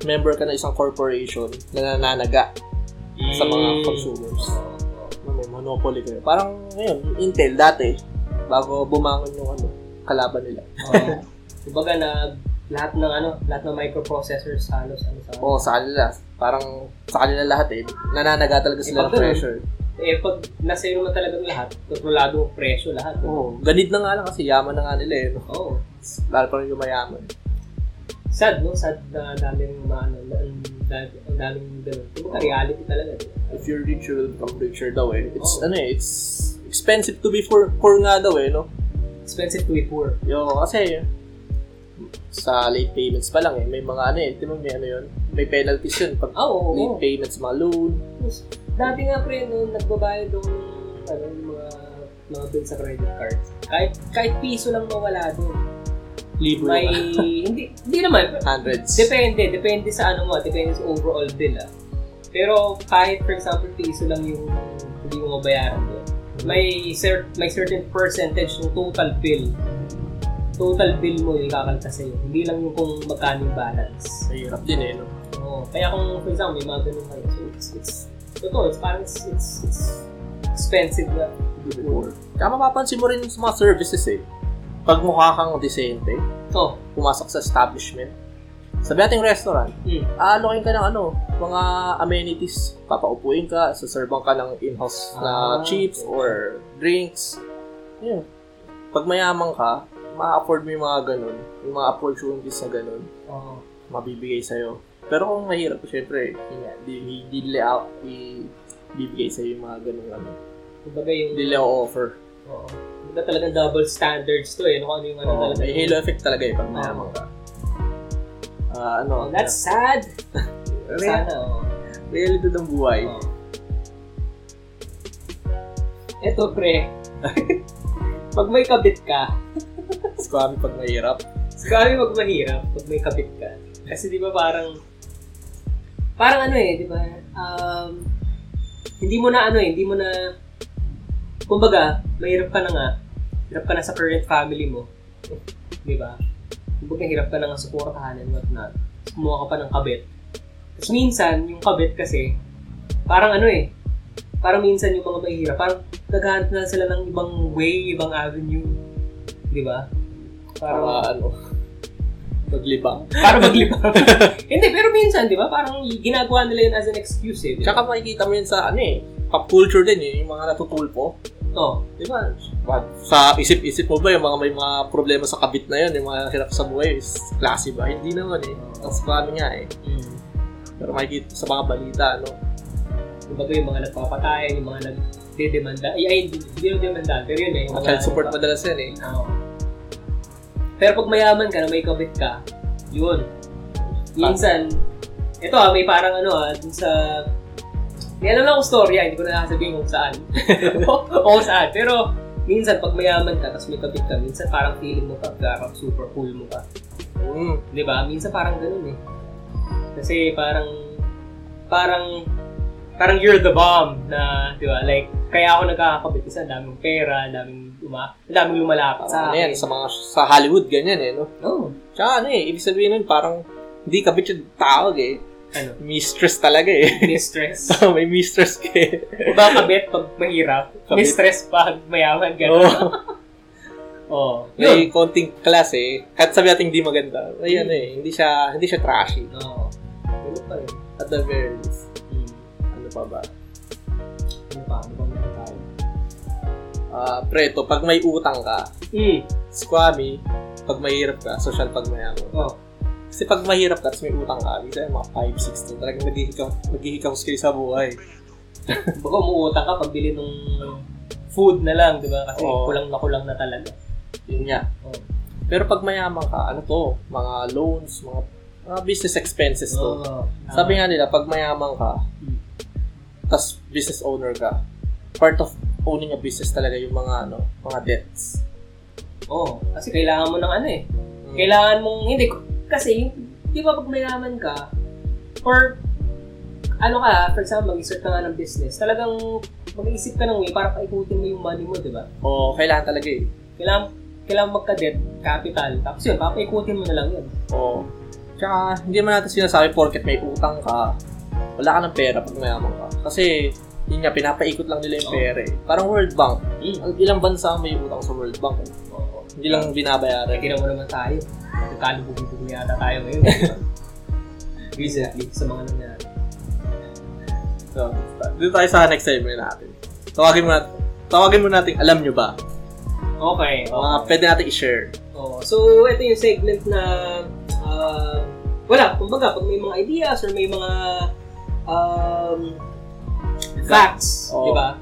S2: member ka na isang corporation na nananaga sa mga
S1: Mm.
S2: consumers. Na may monopoly kayo. Parang ngayon, yung Intel dati, bago bumangon yung ano, kalaban nila.
S1: Oo. Kumbaga na lahat ng ano, lahat ng microprocessors halos ano sa
S2: Oo, sa kanila. Parang sa kanila lahat eh. Nananaga talaga sila ng
S1: Iba ganun.
S2: pressure.
S1: Eh pag nasa iyo naman talaga lahat, kontrolado ang presyo lahat. Oo.
S2: Oo, ganid na nga lang kasi yaman na nga nila eh. no?
S1: Oh.
S2: Lalo pa rin yung mayaman.
S1: Sad no, sad na daming mga ano, na- ang da- ang daming ganun. Kumbaga reality talaga. di ba?
S2: If you're rich, you will become richer daw eh. It's,
S1: Oo.
S2: ano eh, it's expensive to be poor, poor nga daw eh, no?
S1: Expensive to be poor.
S2: Yo, kasi sa late payments pa lang eh, may mga ano eh, di ba may ano yun? May penalties yun pag
S1: Ah, oo, oo.
S2: late payments, mga loan.
S1: Tapos, Dati nga pre, noon nagbabayad ng ano, yung mga mga bill sa credit cards. Kahit, kahit piso lang mawala doon.
S2: Libre
S1: May,
S2: yung
S1: hindi, hindi naman.
S2: hundreds.
S1: Depende, depende sa ano mo, depende sa overall bill ah. Pero kahit for example piso lang yung hindi mo mabayaran doon, may cer- may certain percentage ng total bill. Total bill mo yung kakalta sa'yo. Hindi lang yung kung magkano yung balance.
S2: Mahirap din eh, no?
S1: Oo. Kaya kung for example may mga ganun kayo, so it's, it's, totoo, it's parang it's, it's, it's expensive na.
S2: Before. Kaya mapapansin mo rin sa mga services eh. Pag mukha kang disente,
S1: Oh,
S2: pumasok sa establishment, sabi natin restaurant,
S1: mm.
S2: aalokin ka ng ano, mga amenities. Papaupuin ka, saserban ka ng in-house na
S1: Ah,
S2: chips
S1: okay.
S2: or drinks. Yun. Pag mayaman ka, ma-afford mo yung mga ganun. Yung mga opportunities na ganun,
S1: Oo.
S2: mabibigay sa'yo. Pero kung mahirap, syempre, yun nga, di, di, di, nila out- di, bibigay sa'yo yung mga ganun. Ano.
S1: Kumbaga yung,
S2: Di nila offer.
S1: oo. Kumbaga talagang double standards to eh. no? Kung ano yung ano
S2: Oo,
S1: talaga.
S2: may halo effect talaga eh, pag mayaman ka. Ah, ano,
S1: Oh, that's sad.
S2: real,
S1: Sana, oh. oo.
S2: realidad ng buhay.
S1: Oo. Eto, pre. <laughs> pag may kabit ka,
S2: Squammy pag mahirap.
S1: sabi wag mahirap pag may kabit ka. Kasi di ba parang, parang ano eh, di ba? Um, hindi mo na ano eh, hindi mo na, kumbaga, mahirap ka na nga, hirap ka na sa current family mo. Di ba? Kumbaga, hirap ka na nga supportahan and whatnot. Tapos Kumuha ka pa ng kabit. Tapos minsan, yung kabit kasi, parang ano eh, parang minsan yung mga mahihirap, parang naghahanap na sila ng ibang way, ibang avenue. Di ba?
S2: Para ano, maglibang.
S1: Para
S2: <laughs>
S1: maglibang. Hindi, pero minsan, di ba? Parang ginagawa nila yun as an excuse eh. di ba?
S2: Tsaka makikita mo yun sa ano eh, pop culture din eh, yung mga natutulpo.
S1: Oo.
S2: Di ba? Sa isip-isip mo ba yung mga may mga problema sa kabit na yun, yung mga hirap sa buhay, is klase ba? Hindi naman eh. Ang squammy nga eh.
S1: Mm.
S2: Pero makikita sa mga balita, ano,
S1: Kumbaga yung mga nagpapatayan, yung mga nagdedemanda. Ay, ay, hindi hindi yung demanda. Pero yun eh. yung
S2: mga
S1: mga-
S2: child support madalas yan eh.
S1: Oo. Pero pag mayaman ka na may kabit ka, yun. Minsan, ito ah, may parang ano ah, dun sa... May alam lang akong story ah, hindi ko na sasabihin kung saan. <laughs> o kung saan. Pero minsan, pag mayaman ka, tapos may kabit ka, minsan parang feeling mo pagka super cool mo ka.
S2: Mm.
S1: Di ba? Minsan parang ganun eh. Kasi parang, parang, parang you're the bomb na, di ba? Like, kaya ako nagkakakabit kasi ang daming pera, ang daming, uma, ang daming lumalapit
S2: Parang
S1: sa
S2: ano yan,
S1: akin.
S2: sa mga, sa Hollywood, ganyan eh, no?
S1: No.
S2: Tsaka ano eh, ibig sabihin nun parang hindi kabit yung tawag eh.
S1: Ano?
S2: Mistress talaga eh. <laughs>
S1: Mistress. <laughs>
S2: So, may mistress ka eh.
S1: Iba kabit pag mahirap.
S2: Kabit.
S1: Mistress pag mayaman. Ganun.
S2: Oo.
S1: Oh. Yun.
S2: May konting class eh. Kahit sabi natin hindi maganda. Ay,
S1: Mm.
S2: ano eh, hindi siya, hindi siya trashy.
S1: Oo. Ganun pa rin.
S2: At the very least.
S1: Hmm.
S2: Ano pa ba?
S1: Ano pa? Ano pa meron tayo?
S2: Ah, preto, pag may utang ka,
S1: Hmm.
S2: squammy, pag mahirap ka, social pag mayaman.
S1: Oh.
S2: Kasi pag mahirap ka, tapos may utang ka, minsan yung mga 5-6 to, talagang naghihikaw, naghihikaws kayo sa buhay.
S1: Baka umuutang ka pagbili ng food na lang, di ba? Kasi
S2: Oo.
S1: kulang na kulang na talaga.
S2: Yun nga.
S1: Oh.
S2: Pero pag mayaman ka, ano to, mga loans, mga, mga business expenses to.
S1: Oo.
S2: Sabi nga nila, pag mayaman ka,
S1: Mm.
S2: tas business owner ka, part of owning a business talaga yung mga ano, mga debts.
S1: Oo. "Oh, Kasi kailangan mo ng ano eh.
S2: Mm.
S1: Kailangan mong, hindi, kasi, di ba pag mayaman ka, or, ano ka, for example, mag-start ka nga ng business, talagang mag-iisip ka ng way para paikutin mo yung money mo, di ba?
S2: Oo, kailangan talaga eh.
S1: Kailangan, kailangan magka-debt capital. Tapos yun, papaikutin mo na lang yun.
S2: Oo. Tsaka, hindi man natin sinasabi porket may utang ka, wala ka ng pera pag mayaman ka. Kasi, yun nga, pinapaikot lang nila yung
S1: Oo.
S2: pera eh. Parang World Bank.
S1: Mm.
S2: Ang ilang bansa ang may utang sa World Bank. eh.
S1: Oo.
S2: Hindi lang binabayaran.
S1: Kaya mo naman tayo. Nagkalubog-bubog na yata tayo ngayon. <laughs> Recently, sa mga nangyari.
S2: So, dito tayo sa next segment natin. Tawagin mo natin. Tawagin mo natin, alam nyo ba?
S1: Okay.
S2: Mga pwede natin i-share.
S1: Oo. Oh, So, ito yung segment na ah, wala, kumbaga, pag may mga ideas or may mga um, facts,
S2: Oo.
S1: di ba?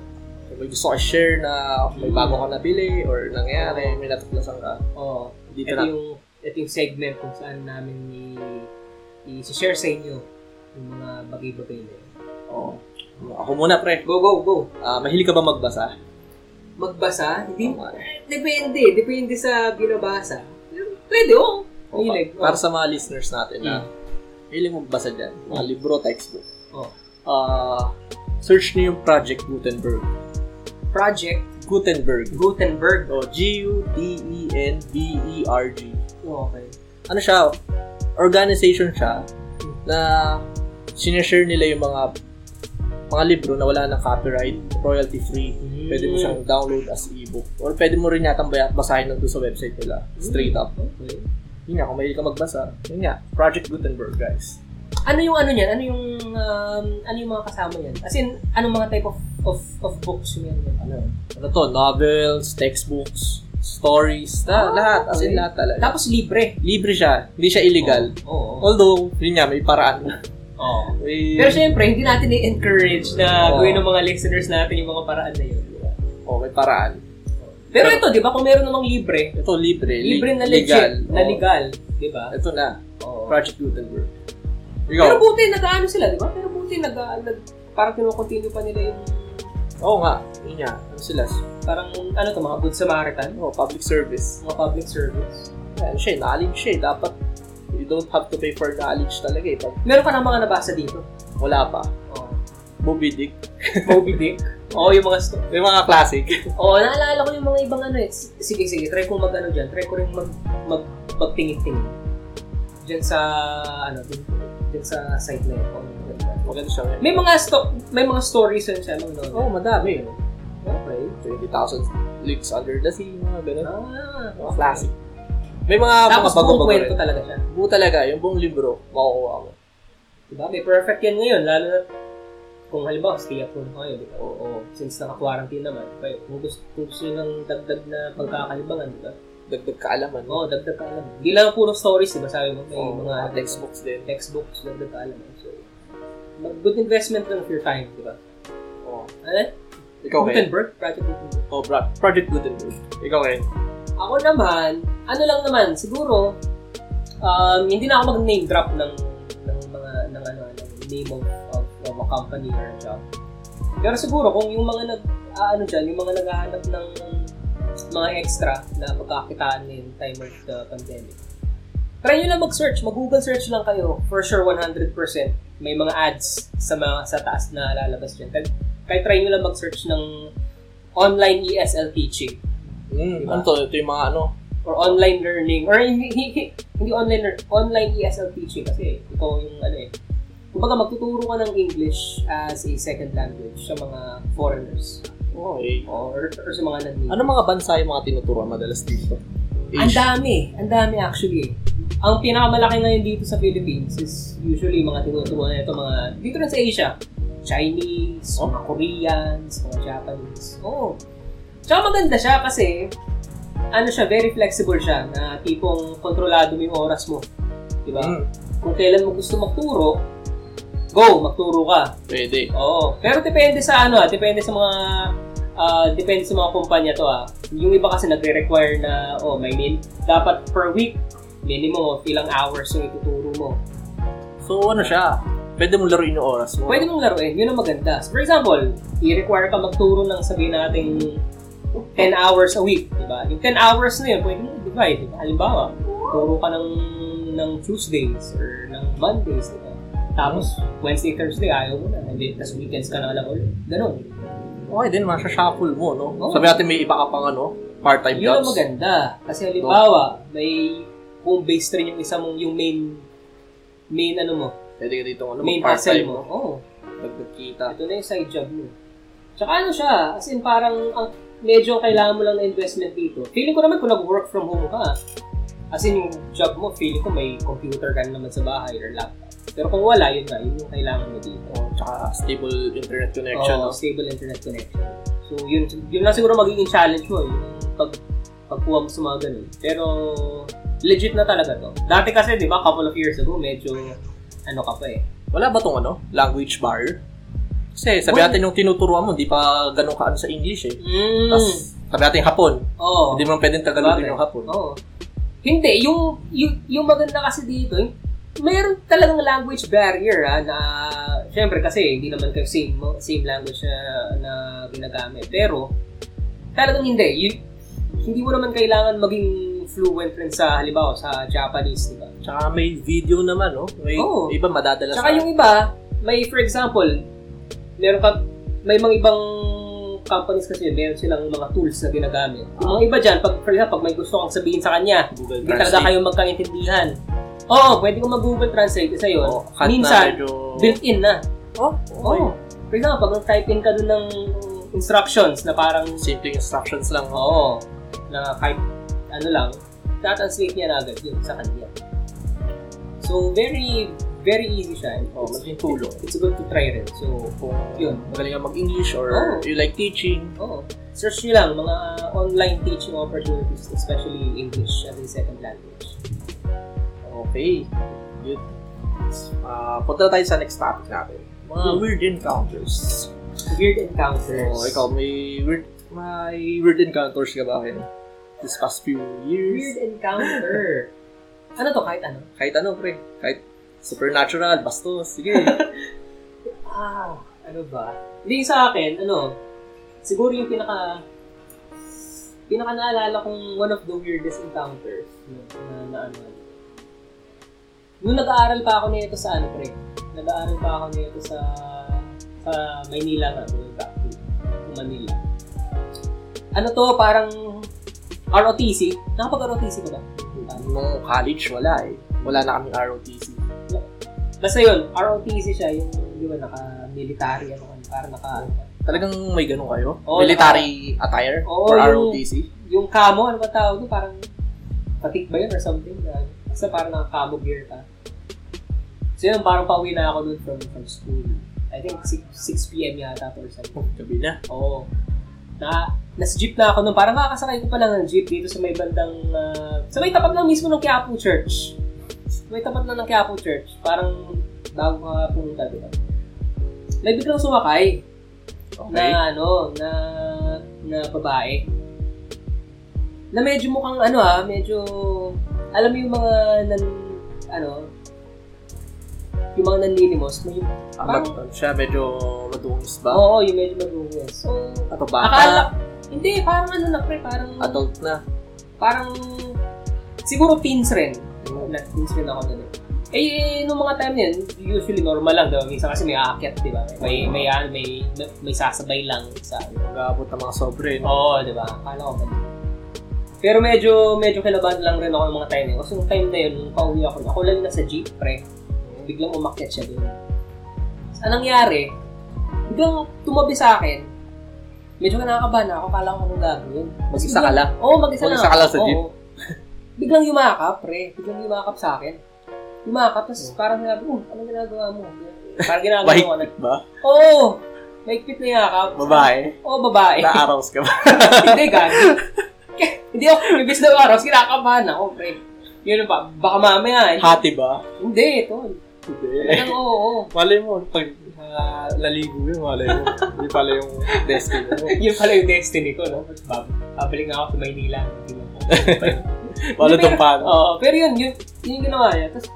S2: Kung may gusto ka share na may bago ka nabili or nangyari, may natuklasan ka,
S1: Oo.
S2: dito
S1: Ito
S2: na.
S1: Oh, yung, ito yung segment kung saan namin i- i-share sa inyo yung mga bagay-bagay na yun.
S2: Oo. Ako muna, pre.
S1: Go, go, go!
S2: Ah, mahilig ka ba magbasa?
S1: Magbasa? Hindi,
S2: Oo, man.
S1: depende. Depende sa binabasa. Pwede, oh. oo.
S2: Oo, pa-
S1: Mahilig, oo. Hmm.
S2: Para sa mga listeners natin na mahilig magbasa dyan, mga libro, textbook.
S1: Oo.
S2: Ah, search niyo yung Project Gutenberg.
S1: Project
S2: Gutenberg.
S1: Gutenberg.
S2: O, E G-U-T-E-N-B-E-R-G.
S1: Oh, Okay.
S2: Ano siya? Organization siya na sineshare nila yung mga mga libro na wala ng copyright, royalty free.
S1: Mm.
S2: Pwede mo siyang download as ebook. Or pwede mo rin yatang baya- basahin lang doon sa website nila.
S1: Mm.
S2: Straight up.
S1: Okay.
S2: Yun nga, kung mahilig ka magbasa. Yun nga, Project Gutenberg, guys.
S1: Ano yung ano niyan? Ano yung um, ano yung mga kasama niyan? As in, anong mga type of of, of books yung meron niyan?
S2: Ano? Ano to? Novels, textbooks, stories, na,
S1: Ah,
S2: lahat. As
S1: okay.
S2: in, lahat talaga. Oh.
S1: Tapos libre.
S2: Libre siya. Hindi siya illegal.
S1: Oo.
S2: Although, yun nga, may
S1: <laughs>
S2: paraan.
S1: Oo.
S2: May...
S1: Pero syempre, hindi natin i-encourage na
S2: Oo.
S1: gawin ng mga listeners natin yung mga paraan na yun.
S2: Oh, may paraan.
S1: Pero ito, di ba, kung meron namang libre,
S2: Ito, libre. Oh. Li-
S1: libre na legit, na
S2: Oo.
S1: legal, di ba?
S2: Ito na.
S1: Oo.
S2: Project Gutenberg.
S1: Pero
S2: Ikaw.
S1: buti, nag-ano sila, di ba? Pero buti, nag, nag parang kinukontinue pa nila yung
S2: Oo nga. Yun nga. Ano sila?
S1: parang, ano to, mga good Samaritan,
S2: Oh, public service.
S1: mga public service.
S2: Ano siya, eh, knowledge siya. eh. Dapat, you don't have to pay for knowledge talaga eh. Pag
S1: Meron ka na mga nabasa dito.
S2: wala pa.
S1: Oo.
S2: Moby Dick.
S1: <laughs> Moby Dick. Oo, Oh. yung mga sto-
S2: May mga classic.
S1: Oo, Oh, naalala ko yung mga ibang ano eh. S- Sige, sige, try kong mag-ano dyan. Try ko rin mag, mag, magtingin-tingin. Dyan sa, ano, dyan, dyan sa site na yun. Oh,
S2: Maganda siya. eh.
S1: May mga sto- may mga stories yun siya. Ano, no?
S2: Oo, oh, madami.
S1: Okay.
S2: 20,000 leagues under the sea, mga ganun.
S1: Ah,
S2: Mga classic. May mga
S1: Tapos
S2: mga bago-bago
S1: buong kwento
S2: rin.
S1: talaga siya.
S2: Buo talaga, yung buong libro, makukuha mo.
S1: Diba? May perfect yan ngayon. Lalo na kung halimbawa, stay at home kayo, di ba? Oo, since naka-quarantine naman, kayo, kung gusto, kung gusto nyo ng dagdag na pagkakalibangan, di ba?
S2: Dagdag kaalaman.
S1: Oo, dagdag ka alam. Hindi lang puro stories, di ba? Sabi mo, may
S2: Oo,
S1: mga
S2: mga textbooks din.
S1: textbooks, dagdag ka alam. So, mag- good investment lang of your time, di ba?
S2: Oo.
S1: Ano?
S2: Ikaw kayo.
S1: Gutenberg? Project Gutenberg.
S2: Oh, Bra- Project Gutenberg. Ikaw kayo.
S1: Ako naman, ano lang naman, siguro, um, hindi na ako mag-name drop ng ng mga ng ano ng name of, of, of a company or a job. Pero siguro kung yung mga nag aano diyan, yung mga naghahanap ng mga extra na pagkakitaan ngayon time of the pandemic. Try nyo lang mag-search, mag-Google search lang kayo. For sure, 100%. May mga ads sa mga sa taas na lalabas dyan. Kaya, kaya try nyo lang mag-search ng online ESL teaching
S2: Mm,
S1: Diba?
S2: ano to? Ito yung mga ano.
S1: or online learning or hindi, hindi- hindi online lear- online ESL teaching kasi ikaw yung ano eh kumbaga magtuturo ka ng English as a second language sa mga foreigners
S2: Oh, eh.
S1: or, or sa mga nag
S2: Ano mga bansa yung mga tinuturuan madalas dito?
S1: Ang
S2: Asia.
S1: dami, ang dami actually. Ang pinakamalaki ngayon dito sa Philippines is usually mga tinuturuan na ito mga dito rin sa Asia. Chinese,
S2: Oh.
S1: mga Koreans, mga Japanese. Oo. Oh. Tsaka maganda siya kasi ano siya, very flexible siya na tipong kontrolado mo yung oras mo. Diba?
S2: Mm,
S1: Kung kailan mo gusto magturo, go, magturo ka.
S2: pwede.
S1: Oo. Pero depende sa ano, ah, depende sa mga ah, depende sa mga kumpanya to ah. Yung iba kasi nagre-require na oh, may min dapat per week minimum of ilang hours yung ituturo mo.
S2: So, ano siya? Pwede mong laruin yung oras mo.
S1: Pwede mong laruin, yun ang maganda. So, for example, i-require ka magturo ng sabihin natin 10 hours a week, di ba? Yung 10 hours na yun, pwede mo divide, di ba? Halimbawa, turo ka ng, ng Tuesdays or ng Mondays, di ba? Tapos, Wednesday, Thursday, ayaw mo na. And then, tas weekends ka na lang ulit. Ganun.
S2: Okay din, masya-shuffle mo, no?
S1: Oo.
S2: Sabi natin may iba ka pang ano, part-time
S1: Oh. Yun ang
S2: jobs.
S1: maganda. Kasi halimbawa, may home-based rin yung isa mong, yung main, main ano mo,
S2: Pwede ka dito, ano,
S1: main hustle
S2: part-time
S1: mo. Oo.
S2: Nagkikita.
S1: Ito na yung side job mo. Tsaka ano siya, as in parang ang medyo ang kailangan mo lang na investment dito. Feeling ko naman kung nag-work from home ka, as in yung job mo, feeling ko may computer ka na naman sa bahay or laptop. Pero kung wala, yun nga, yun yung kailangan mo dito.
S2: Oh, tsaka stable internet connection,
S1: Oo,
S2: no?
S1: stable internet connection. So yun, yun lang siguro magiging challenge mo, yung pag, pagkuha mo sa mga ganun. Pero legit na talaga to. Dati kasi, di ba, couple of years ago, medyo ano ka pa eh.
S2: Wala ba tong ano, language barrier? Kasi sabi
S1: Wala.
S2: natin yung tinuturuan mo, hindi pa ganun kaano sa English eh.
S1: Mm.
S2: Tapos, sabi natin Hapon,
S1: Oo.
S2: hindi mo lang pwedeng Tagalogin
S1: Bagay.
S2: yung Hapon.
S1: Oo. Hindi, yung, yung, yung maganda kasi dito, yung- mayroon talagang language barrier ah, na syempre kasi hindi naman kayo same mo- same language na, na ginagamit. Pero talagang hindi. You- hindi mo naman kailangan maging fluent rin sa halimbawa sa Japanese, di ba?
S2: Tsaka may video naman, no? May
S1: Oo.
S2: iba madadala
S1: Tsaka yung iba, may for example, meron ka, may mga ibang companies kasi meron silang mga tools na ginagamit. Yung mga iba dyan, pag, for example, pag may gusto kang sabihin sa kanya,
S2: Google
S1: Hindi talaga kayo magkaintindihan. Oo, pwede kong mag-Google Translate sa yun.
S2: Oo, kahit na
S1: Minsan,
S2: medyo...
S1: built-in na.
S2: Oh, okay.
S1: Oo. For example, pag nag-type in ka dun ng instructions na parang,
S2: Simple instructions lang, no?
S1: oo, na kahit ano lang, tatranslate niya na agad yun sa kanya. So, very, very easy siya.
S2: Oh, malaking tulong.
S1: It's good to try rin. So,
S2: Kung
S1: Yun.
S2: magaling ka mag-English or
S1: Oo.
S2: you like teaching,
S1: oo. Search nyo lang mga online teaching opportunities, especially English as a second language.
S2: okay. Good. Ah, punta na tayo sa next topic natin. Mga
S1: Hmm.
S2: weird encounters.
S1: Weird encounters.
S2: Oh, ikaw, may weird, may weird encounters ka ba kayo? This past few
S1: Weird
S2: years?
S1: encounter. ano to kahit ano?
S2: Kahit ano, pre. Kahit supernatural, bastos, sige.
S1: <laughs> Ah, ano ba? Hindi sa akin, ano, siguro yung pinaka pinaka naalala kong one of the weirdest encounters no, na, na ano. Nung nag-aaral pa ako nito sa ano pre, nag-aaral pa ako nito sa sa Maynila na, going back to to Manila. Ano to, parang ROTC. Nakapag-ROTC ka ba?
S2: Nung college, wala eh. Wala na kaming ROTC.
S1: Basta yun, ROTC siya, yung, yung naka-military, ano, parang naka,
S2: Talagang may ganun kayo?
S1: Oo,
S2: Military attire?
S1: Oo,
S2: or
S1: yung-
S2: ROTC?
S1: yung camo, ano ba tawag doon? Parang patik ba yun or something? na- Basta parang naka-camo gear ka. So yun, parang pauwi na ako doon from, from school. I think 6, 6 p.m. yata or something.
S2: Oh, gabi na.
S1: Oo. Na, nasa jeep na ako noon. Parang kakasakay ko pa lang ng jeep dito sa may bandang... ah, sa may tapat lang mismo ng Quiapo Church. Sa may tapat lang ng Quiapo Church. Parang bago ka pumunta, di ba? May biglang sumakay
S2: Okay.
S1: na ano, na na babae. Na medyo mukhang ano ah, medyo alam mo yung mga nan ano yung mga naninimos, may
S2: Ang mat- Ah, siya medyo madungis ba?
S1: oo, yung medyo madungis. So,
S2: Ato
S1: Oh, akala,
S2: bata?
S1: hindi, parang ano na pre, parang,
S2: Adult na.
S1: parang, siguro teens rin.
S2: Mm.
S1: Na-teens rin ako nun eh. Eh, nung mga time na yun, usually normal lang, diba? Minsan kasi may aakyat, diba? May, may, ano, may, may, may sasabay lang sa,
S2: Nag-aabot ng mga sobre. No?
S1: Oo, di ba? Akala ko ganun. Pero medyo, medyo kilabahan lang rin ako ng mga time na yun. Kasi yung time na yun, nung pauwi ako, ako lang nasa jeep, pre. Biglang umakyat siya doon. Anong nangyari? Biglang tumabi sa akin. Medyo kinakabahan ako. Akala ko anong gagawin.
S2: Mag-isa ka lang.
S1: Oo, mag-isa lang.
S2: Mag-isa ka lang sa
S1: Oo.
S2: jeep?
S1: Biglang yumakap, pre. Biglang yumakap sa akin. Yumakap, tapos parang sinabi, oh, anong ginagawa mo? Parang ginagawa ko na.
S2: Bahigpit ba?
S1: Oo! Oh, maigpit na yakap.
S2: Babae?
S1: Oo, babae.
S2: Na-arouse ka ba?
S1: Hindi, gagi. Hindi ako, ibig na araw, kinakabahan ako, pre. Yun pa, baka mamaya. eh.
S2: Hati ba?
S1: Hindi, tol.
S2: Hindi.
S1: Talagang oo, oo.
S2: Malay mo, pag ah, laligo yun, malay mo. Hindi pala yung destiny mo.
S1: Yun pala yung destiny ko, no? Bab- Babalik na ako sa Maynila. Hindi mo ako.
S2: <laughs> Wala tong
S1: Oh. Oo, pero yun, yun, yun yung ginawa niya. Tapos,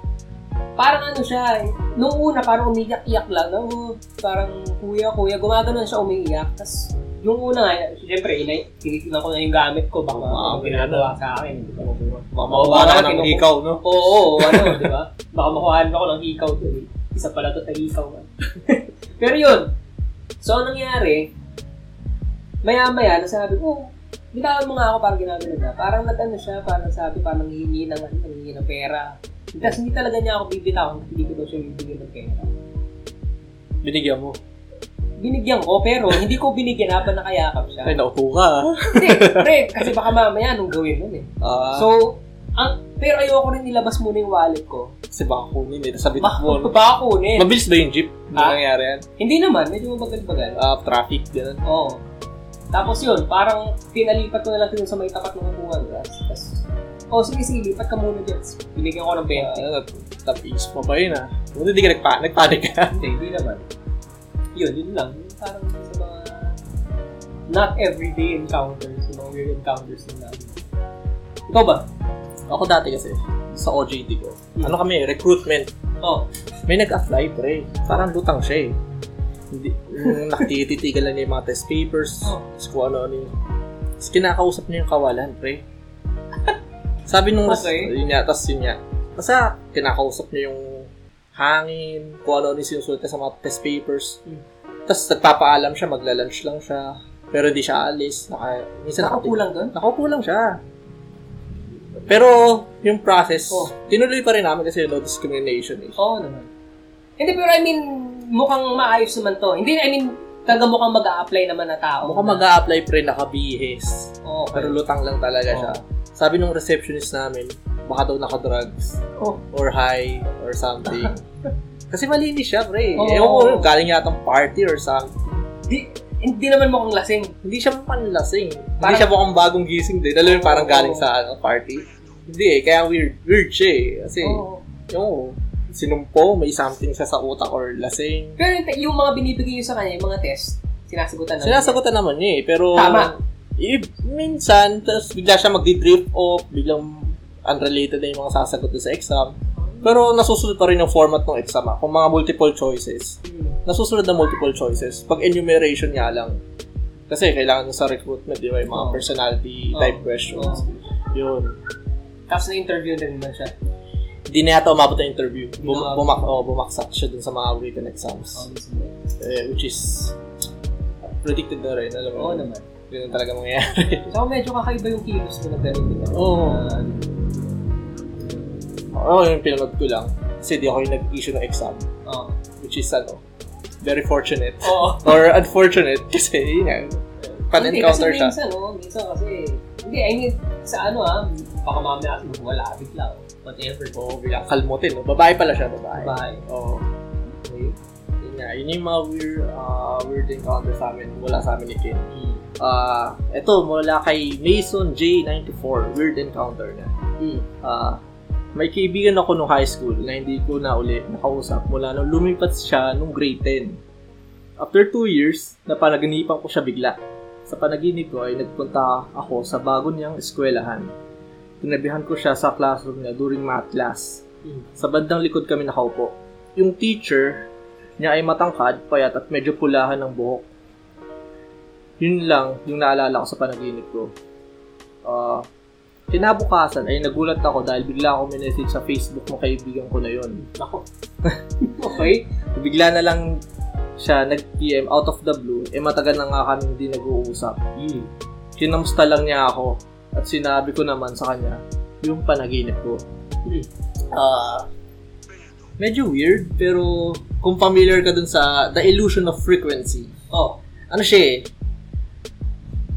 S1: parang ano siya, eh, nung una parang umiyak-iyak lang, no? Oh, parang kuya, kuya, gumaganon siya umiiyak. Tapos yung una nga, siyempre, ina- tinitignan ko na yung gamit ko, baka
S2: Ah,
S1: ano ginagawa sa akin, hindi ko mabuha.
S2: Baka makuha ka ng
S1: Kinuku-
S2: ikaw, no?
S1: Oo, oo, ano, <laughs> di ba? Baka makuhaan ako ng ikaw doon. eh. Isa pala to sa ikaw. ah. <laughs> Pero yun, so anong nangyari, maya-maya, nasabi ko, oh, bitawan mo nga ako parang ginagano na. Parang nag-ano siya, parang sabi, parang nangihingi ng, ano, nangihingi ng pera. Tapos hindi talaga niya ako bibitawan, hindi ko daw siya bibigyan ng pera.
S2: Binigyan mo.
S1: Binigyan ko, pero hindi ko binigyan habang nakayakap siya.
S2: Ay, naupo ka. ah.
S1: Hindi, pre, kasi baka mamaya nung gawin nun eh.
S2: Ah, so,
S1: So, ang, pero ayoko rin nilabas muna yung wallet ko.
S2: kasi baka kunin eh. Tapos sabi
S1: Baka
S2: mo, ano?
S1: baka kunin.
S2: Mabilis ba yung jeep? Ano
S1: Ah?
S2: nangyari yan?
S1: Hindi naman, medyo mabagal-bagal.
S2: Ah, traffic, gano'n.
S1: Oo. Tapos yun, parang pinalipat ko na lang dun sa may tapat ng upuan. Tapos, oh sige, sige, lipat ka muna dyan. Tapos, Binigyan ko ng 20.
S2: Uh, Tapis mo pa yun ah. Buti hindi ka nagpa- nagpanik ka.
S1: Hindi, hindi naman. Yun, yun lang. Yung Parang sa mga not everyday encounters, yung mga weird encounters na namin. Ikaw ba?
S2: <laughs> Ako dati kasi, sa OJT ko.
S1: Hmm.
S2: Ano kami, recruitment.
S1: Oo.
S2: May nag-apply pre. Parang lutang siya eh. Hindi,
S1: <laughs>
S2: yung nakititigan lang niya yung mga test papers.
S1: Oh.
S2: Tapos kung ano-ano yung... Tapos kinakausap niya yung kawalan pre. <laughs> Sabi nung...
S1: Okay.
S2: Yun niya, tapos yun niya. Basta kinakausap niya yung hangin, kung ano-ano yung sinusulat niya sa mga test papers.
S1: Hmm.
S2: Tapos nagpapaalam siya, magla-lunch lang siya. Pero hindi siya alis. Naka, minsan
S1: Nakaupo lang dun?
S2: Nakaupo lang siya. Pero yung process,
S1: Oh.
S2: tinuloy pa rin namin kasi no discrimination eh.
S1: Oo naman. Hindi, pero I mean, mukhang maayos naman to. Hindi, I mean, taga mukhang mag-a-apply naman na tao.
S2: Mukhang mag apply pa rin nakabihis.
S1: Oo.
S2: Pero lutang lang talaga
S1: Oh.
S2: siya. Sabi nung receptionist namin, baka daw nakadrugs
S1: Oh.
S2: or high or
S1: <laughs>
S2: something. kasi malinis siya, pre.
S1: Oh.
S2: Ewan ko, galing yata party or something.
S1: Di, hindi naman mukhang lasing.
S2: Hindi siya panlasing. Hindi
S1: Parang-
S2: siya mukhang bagong gising din. Alam mo yung parang
S1: Oo.
S2: galing sa ano, party. Hindi eh, kaya weird. Weird siya eh. Kasi,
S1: Oo.
S2: yung sinumpo, may something siya sa utak or lasing.
S1: Pero yung, yung mga binibigay niyo sa kanya, yung mga test, sinasagutan naman.
S2: Sinasagutan naman niya eh, pero...
S1: Tama.
S2: Eh, minsan, tapos bigla siya magdi-drift off, biglang unrelated na yung mga sasagot niya sa exam. Pero nasusunod pa rin yung format ng exam ah, kung mga multiple choices.
S1: Hmm.
S2: Nasusunod na multiple choices. Pag enumeration nga lang. Kasi kailangan mo sa recruitment, di ba, yung mga
S1: Oo.
S2: personality
S1: Oo.
S2: type questions.
S1: Oo.
S2: Yun.
S1: Tapos na-interview din naman siya.
S2: Hindi na yata umabot ng interview. Bum-
S1: Hindi
S2: bumak- oh, bumaksak siya dun sa mga written exams. eh, which is predicted na rin, alam mo.
S1: Oo naman.
S2: Yun ang talaga mangyayari.
S1: <laughs> So, medyo kakaiba yung kilos mo na ganun.
S2: Oo.
S1: Ah,
S2: Oo, yung pinanood ko lang. Kasi di ako yung nag-issue ng exam,
S1: Oo.
S2: which is ano, very fortunate.
S1: Oo.
S2: Or unfortunate, kasi yun nga,
S1: Hindi,
S2: pan-encounter
S1: kasi
S2: siya.
S1: minsan, oh, minsan kasi, hindi, I mean, sa ano ah, baka mamaya kasi magwala, bigla, oh. whatever.
S2: Oo, bigla kalmutin. No? Babae pala siya, babae.
S1: Bye.
S2: Oo.
S1: Okay.
S2: Yun nga, yun yung mga weird, ah, weird encounter sa amin, wala sa amin ni Ken.
S1: Hmm.
S2: Ah, eto, mula kay Mason J94, weird encounter na.
S1: Mm.
S2: Ah, may kaibigan ako nung high school na hindi ko na uli nakausap mula nung lumipat siya nung grade 10. After 2 years, napanaginipan ko siya bigla. Sa panaginip ko ay nagpunta ako sa bago niyang eskwelahan. Tinabihan ko siya sa classroom niya during math class.
S1: Mm.
S2: Sa bandang likod kami nakaupo. Yung teacher niya ay matangkad, payat at medyo pulahan ng buhok. Yun lang yung naalala ko sa panaginip ko. Ah, Kinabukasan ay nagulat ako dahil bigla ako minessage sa Facebook ng kaibigan ko na yon.
S1: Ako. <laughs> okay.
S2: Bigla na lang siya nag-PM out of the blue, eh matagal na nga kami hindi nag-uusap.
S1: Hmm.
S2: Kinamusta lang niya ako at sinabi ko naman sa kanya yung panaginip ko.
S1: Mm.
S2: Ah, medyo weird pero kung familiar ka dun sa The Illusion of Frequency,
S1: Oh.
S2: ano siya eh,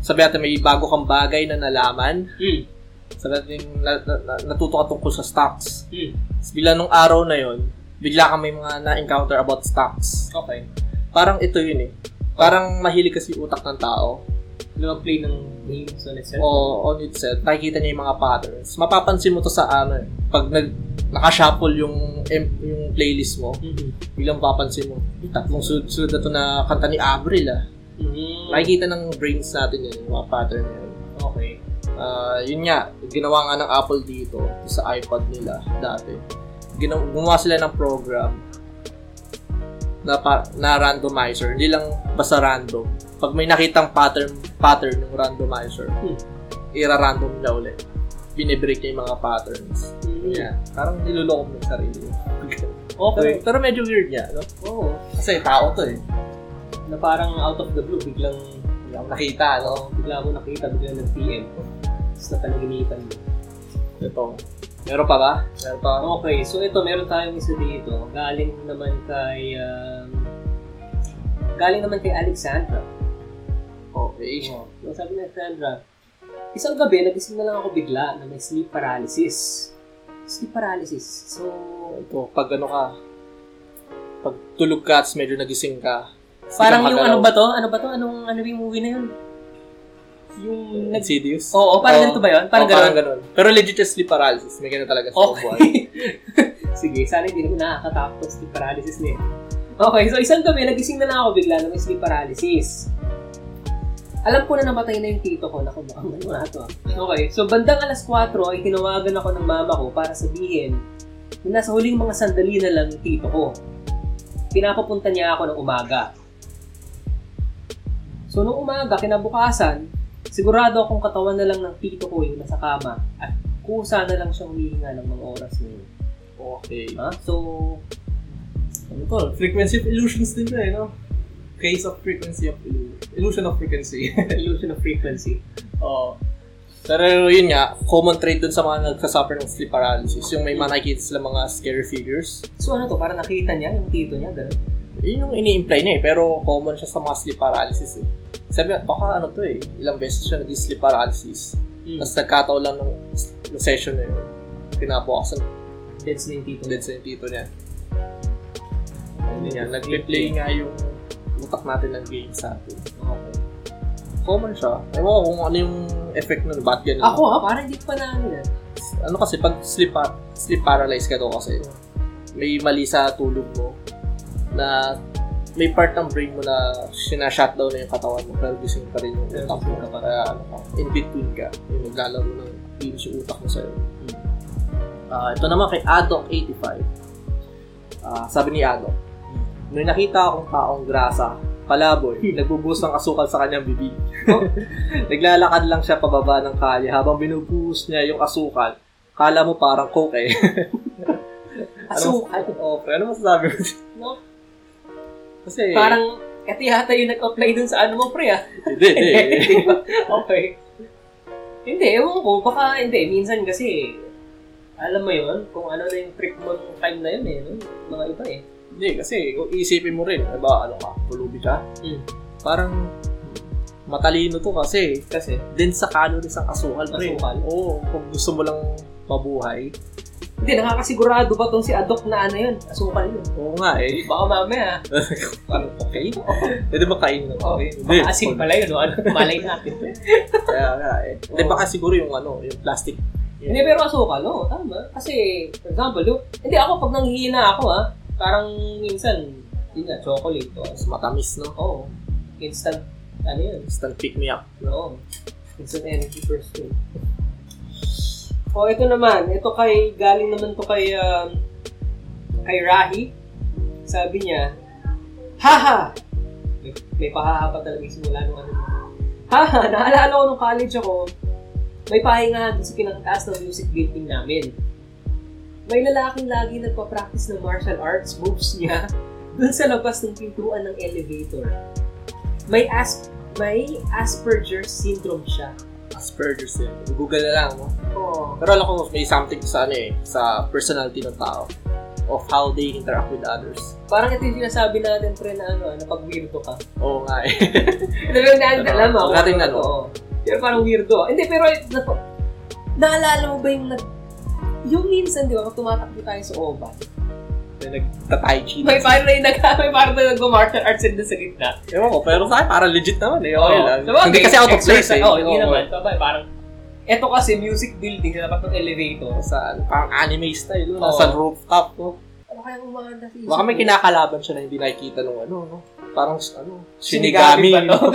S2: sabi natin may bago kang bagay na nalaman,
S1: Mm.
S2: sabi natin na, na, na- natuto ka tungkol sa stocks,
S1: Mm.
S2: Tapos bigla nung araw na yon, bigla kang may mga na-encounter about stocks.
S1: Okay.
S2: Parang ito yun eh. Parang mahilig kasi yung utak ng tao
S1: Lumag-play ng games on itself.
S2: o on itself. Nakikita niya yung mga patterns. Mapapansin mo to sa ano eh. Pag nag, nakashuffle yung, em- yung playlist mo,
S1: Mm-hmm.
S2: biglang papansin mo, "Uy, tatlong sunod-sunod na to na kanta ni Avril ah.
S1: Mm-hmm.
S2: Nakikita ng brains natin yun, yung mga pattern na yun.
S1: Okay.
S2: Ah, yun nga, ginawa nga ng Apple dito sa iPod nila dati. ginaw- gumawa sila ng program na, pa- na randomizer. Hindi lang basta random. Pag may nakitang pattern pattern ng randomizer,
S1: Hmm.
S2: ira-random niya ulit. Binibreak niya yung mga patterns.
S1: Mm.
S2: Yeah. Parang niloloko mo yung sarili mo. <laughs>
S1: Okay.
S2: Pero, pero medyo weird niya, no?
S1: Oo.
S2: Kasi tao to eh.
S1: na parang out of the blue, biglang
S2: Wala akong nakita, ano? no?
S1: bigla mo nakita, biglang nag-PM ko. Tapos napanaginitan mo.
S2: Ito. Meron pa ba? Ano? Meron pa?
S1: Okay, so ito, meron tayong isa dito. Galing naman kay... um, galing naman kay Alexandra.
S2: Okay.
S1: So, sabi ni Alexandra, isang gabi, nagising na lang ako bigla na may sleep paralysis. Sleep paralysis. So,
S2: Ito, pag ano ka, pag tulog ka at medyo nagising ka,
S1: parang yung ano ba to? Ano ba to? Anong ano yung movie na yun? Yung nag...
S2: Nag-serious?
S1: Oo, parang ganito ba yun? Parang ganun.
S2: Pero legit yung sleep paralysis. May ganun talaga sa buwan.
S1: Okay. <laughs> Sige, sana hindi naman nakakatakot ang sleep paralysis niya. Okay, so isang gabi, nagising na lang ako bigla na may sleep paralysis. Alam ko na namatay na yung tito ko. Naku, baka manuha to. ah. Okay, so bandang alas 4 ay tinawagan ako ng mama ko para sabihin na nasa huling mga sandali na lang yung tito ko. Pinapapunta niya ako ng umaga. So, nung umaga, kinabukasan, sigurado akong katawan na lang ng tito ko yung nasa kama at kusa na lang siya humihinga ng mga oras na yun.
S2: Okay.
S1: Ha?
S2: <laughs>
S1: So,
S2: Ano to? Frequency of illusions din to eh, no? Case of frequency of illusion. Illusion of frequency. <laughs>
S1: illusion of frequency.
S2: Oo. Pero yun nga, common trait dun sa mga nagsasuffer ng sleep paralysis, yung may mga nakikita sila mga scary figures.
S1: So, ano to? Parang nakita niya yung tito niya, gano'n.
S2: Yun yung ini-imply niya eh, pero common siya sa mga sleep paralysis eh. Sabi niya, baka ano to eh, ilang beses siya nag-sleep paralysis.
S1: Mm.
S2: Tapos nagkataon lang nung, nung session na yun, pinabukasan
S1: Dead na yung tito
S2: ulit
S1: niya.
S2: sa yung tito niya. Ayun yan, nagpe-play nga yung utak natin ng game sa atin.
S1: Okay.
S2: Common siya. Ewan ko kung ano yung effect nun, ba't ganun.
S1: Ako ha, parang hindi ko pa namin ah.
S2: ano kasi pag sleep pa- sleep paralyzed ka daw kasi may mali sa tulog mo na may part ng brain mo na sinashutdown na yung katawan mo pero gising pa rin yung
S1: Pero
S2: utak mo
S1: gising ka pa.
S2: kaya ano ka, in between ka yung naglalaro ng games yung utak mo sa'yo
S1: Hmm.
S2: Ah, ito naman kay Adok85 Ah, sabi ni Adok may nakita akong taong grasa palaboy,
S1: Hmm.
S2: nagbubuhos ng asukal sa kanyang bibig.
S1: Oh.
S2: <laughs> Naglalakad lang siya pababa ng kalye habang binubuhos niya yung asukal. Kala mo parang coke eh.
S1: Asukal.
S2: Oh, pre, ano masasabi mo? <laughs>
S1: No?
S2: Kasi,
S1: Parang, ito yata yung nag-apply dun sa ano mo, pre ah.
S2: hindi,
S1: <laughs>
S2: hindi.
S1: Di ba? okay. Hindi, ewan ko. Baka, hindi. Minsan kasi, alam mo yon kung ano na yung trip mo nung time na yun eh. no? Mga iba eh.
S2: hindi, kasi kung isipin mo rin, ba, ano ka, pulubi ka?
S1: Mm.
S2: Parang, matalino to kasi,
S1: Kasi,
S2: din sa calories ang asukal, pre.
S1: Asukal?
S2: Oo, kung gusto mo lang mabuhay,
S1: hindi, nakakasigurado ba tong si Adok na ano yun? Asukal yun.
S2: oo nga eh.
S1: Baka mamaya,
S2: Parang
S1: <laughs>
S2: okay. Pwede ba kain ng
S1: oh,
S2: okay? Hindi.
S1: baka asin pala yun. no? Ano, <laughs> malay natin.
S2: Kaya nga eh. Hindi,
S1: Oo.
S2: baka siguro yung ano, yung plastic.
S1: Hindi, pero asukal, no? Tama. Kasi, for example, yung, hindi ako, pag nanghihina ako, ha, parang minsan, yun nga, chocolate, o,
S2: Mas matamis, no?
S1: oh, instant, ano yun,
S2: Instant pick me up.
S1: Oo. Instant energy pursuit. O, ito naman. Ito kay, galing naman to kay, um, kay Rahi. Sabi niya, Haha! May, may pahaha pa talaga yung simula nung ano. Haha! Naalala ko nung college ako, may pahingahan dun sa pinakataas ng music building namin. May lalaking lagi nagpa-practice ng martial arts moves niya <laughs> dun sa labas ng pintuan ng elevator. May asp may Asperger's syndrome siya.
S2: Asperger's yun. Google na lang, no?
S1: Oo.
S2: Pero alam ko may something sa ano eh, sa personality ng tao of how they interact with others.
S1: Parang ito yung sinasabi natin, pre, na ano, na pag weirdo ka.
S2: Oo nga eh. <laughs>
S1: Ito yung naan, alam mo.
S2: Huwag natin ano.
S1: Oo. Pero parang weirdo. Hindi, pero, nako, naalala mo ba yung nag... Yung minsan, di ba, pag tumatakbo tayo sa OVA,
S2: May nagta-tai chi.
S1: may parang na nag, <laughs> may parang na nag-martial arts din sa gitna.
S2: Ewan ko, pero sa akin parang legit naman eh. Okay
S1: Oo.
S2: lang.
S1: Sabagay,
S2: Hindi kasi out of place
S1: exercise-
S2: eh.
S1: Oo, hindi
S2: Oo.
S1: naman. Sabagay, parang, eto kasi music building na dapat ng elevator.
S2: Sa ano, parang anime style, no?
S1: Oo.
S2: Nasa rooftop, no?
S1: Ano kaya umanda sa isip
S2: Baka may
S1: mo?
S2: kinakalaban siya na hindi nakikita nung ano, no? Parang, ano,
S1: Shinigami
S2: sinigami.
S1: ba
S2: <laughs>
S3: <laughs>
S1: to?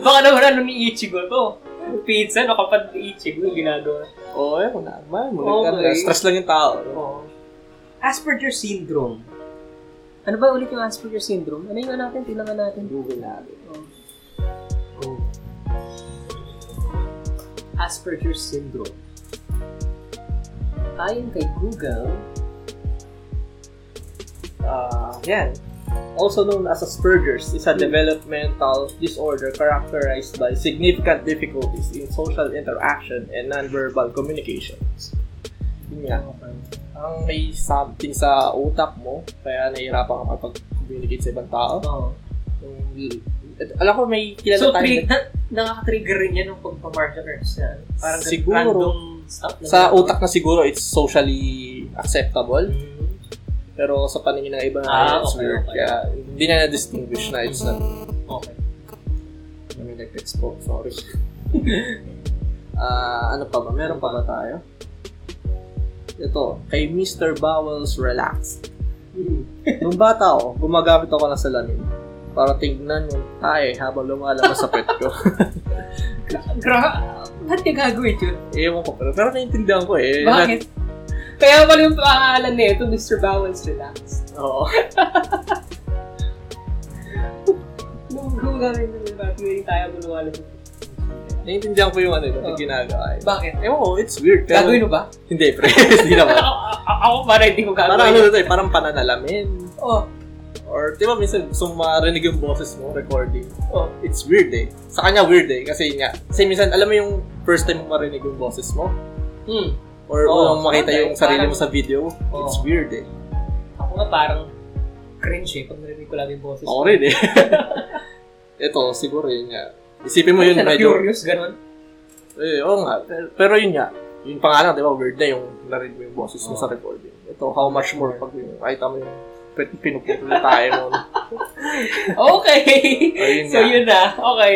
S1: Baka naman ano ni Ichigo to. Pizza, no? Kapag ni Ichigo yung ginagawa.
S2: Oo, oh, ewan na. Man,
S1: Okay.
S2: Stress lang yung tao. no?
S1: Oo.
S3: Asperger syndrome.
S1: Ano ba ulit yung Asperger syndrome? Ano yung natin? Tinangan natin.
S3: Google natin.
S1: Oh.
S3: Oh. Asperger syndrome.
S1: Ayon kay Google,
S3: Ah, yan. Also known as Asperger's is a developmental disorder characterized by significant difficulties in social interaction and nonverbal communications. Yun nga.
S2: Ang may something sa utak mo, kaya nahihirapan ka makapag-communicate sa ibang tao.
S3: Oh.
S2: Yung- at- Alam ko may kilala
S3: So,
S2: tayo.
S3: tri-
S2: na-
S3: na- <laughs> nakaka-trigger rin yan ng pagpamark earths na. Parang ganun,
S2: Siguro.
S3: random stuff. na
S2: sa
S3: ganun.
S2: utak na siguro, it's socially acceptable.
S3: Mm.
S2: Pero sa paningin ng iba na
S3: Ah,
S2: it's
S3: okay,
S2: weird.
S3: okay.
S2: Kaya hindi na na-distinguish na it's not
S1: Oh.
S3: Okay.
S2: I mean, like, expo, sorry. <laughs> Ah, ano pa ba? Meron pa ba tayo? Ito, kay Mr. Bowels Relax. <laughs> Nung bata ako, gumagamit ako ng salamin para tignan yung tae habang lumalabas sa pet ko. <laughs>
S1: Gra... Ba't niya gagawin yun?
S2: Eh, Ewan ko, pero, pero naiintindihan ko eh.
S1: Bakit? Kaya pala yung pangalan na ito, Mr. Bowens Relaxed.
S2: <laughs> Oo.
S1: Nung gumagamit na yung ba't hindi tayo manuwala sa
S2: Naiintindihan ko yung ano yung
S1: Oo.
S2: ginagawa eh.
S1: Bakit?
S2: Ewan ko, it's weird. Pero,
S1: Gagawin mo ba?
S2: Hindi, pre. <laughs>
S1: <laughs>
S2: Hindi naman.
S1: ako para hindi ko
S2: parang
S1: gagawin.
S2: ano to eh, parang pananalamin.
S1: Oh,
S2: Or, di ba, minsan gusto mo marinig yung boses mo, recording.
S1: oh.
S2: It's weird eh. Sa kanya, weird eh. Kasi nga, kasi minsan, alam mo yung first time mo marinig yung boses mo?
S1: Hmm.
S2: Or
S1: Oo,
S2: unang makita
S1: okay.
S2: yung sarili mo
S1: Parang-
S2: sa video? It's
S1: Oo.
S2: weird eh.
S1: Ako nga parang cringe eh, pag narinig ko lang yung boses.
S2: Ako rin eh. <laughs> Ito, siguro yun nga. Isipin mo
S1: Ano
S2: yun,
S1: siya,
S2: medyo,
S1: Curious, ganun.
S2: eh, oo nga. Pero, pero yun nga, yung pangalan, di ba, weird na yung narinig mo yung boses
S3: Oo.
S2: mo sa recording. Ito, how much more pag yung, ay, tama yung pin- pinuputol na tayo mo.
S1: <laughs> Okay.
S2: Ayun
S1: so
S2: nga.
S1: Oh, yun na. Okay.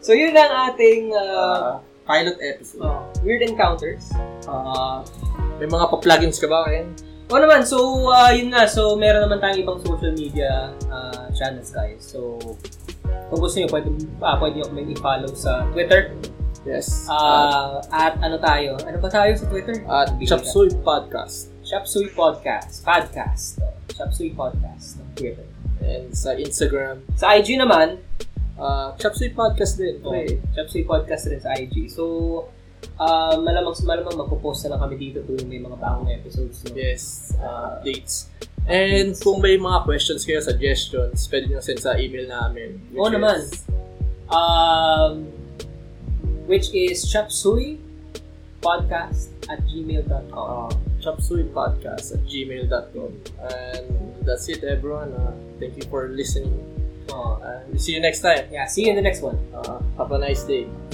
S1: So yun ang ating uh,
S2: Ah, pilot episode.
S1: oh, weird encounters.
S2: Ah, may mga pa-plugins ka ba, Ken?
S1: O naman, so ah, yun nga. So meron naman tayong ibang social media ah, channels guys. So kung gusto nyo, pwede, ah, pwede nyo kaming i-follow sa Twitter.
S2: Yes. Ah,
S1: Ah, at ano tayo? Ano ba tayo sa Twitter?
S2: at Chapsuy Podcast.
S1: Shapsui Podcast. Podcast. Oh, Shapsui Podcast. ng Twitter.
S2: And sa Instagram,
S1: Sa IG naman,
S2: Ah, Chapsuy Podcast din.
S1: Oh,
S2: Okay.
S1: Chapsuy Podcast rin sa IG. So, ah, malamang malamang magpo-post na lang kami dito tuwing may mga bagong episodes. No?
S2: Oh, Yes,
S1: Ah,
S2: updates. And kung may mga questions kayo, suggestions, pwede nyo send sa email namin. which
S1: Oo naman.
S2: is
S1: Um, which is chapsuy podcast at gmail.com.
S2: Uh, chapsuypodcast at gmail.com. And that's it, everyone. Uh, thank you for listening.
S1: Oh.
S2: Uh, we'll see you next time.
S1: Yeah, see you in the next one.
S2: Uh, have a nice day.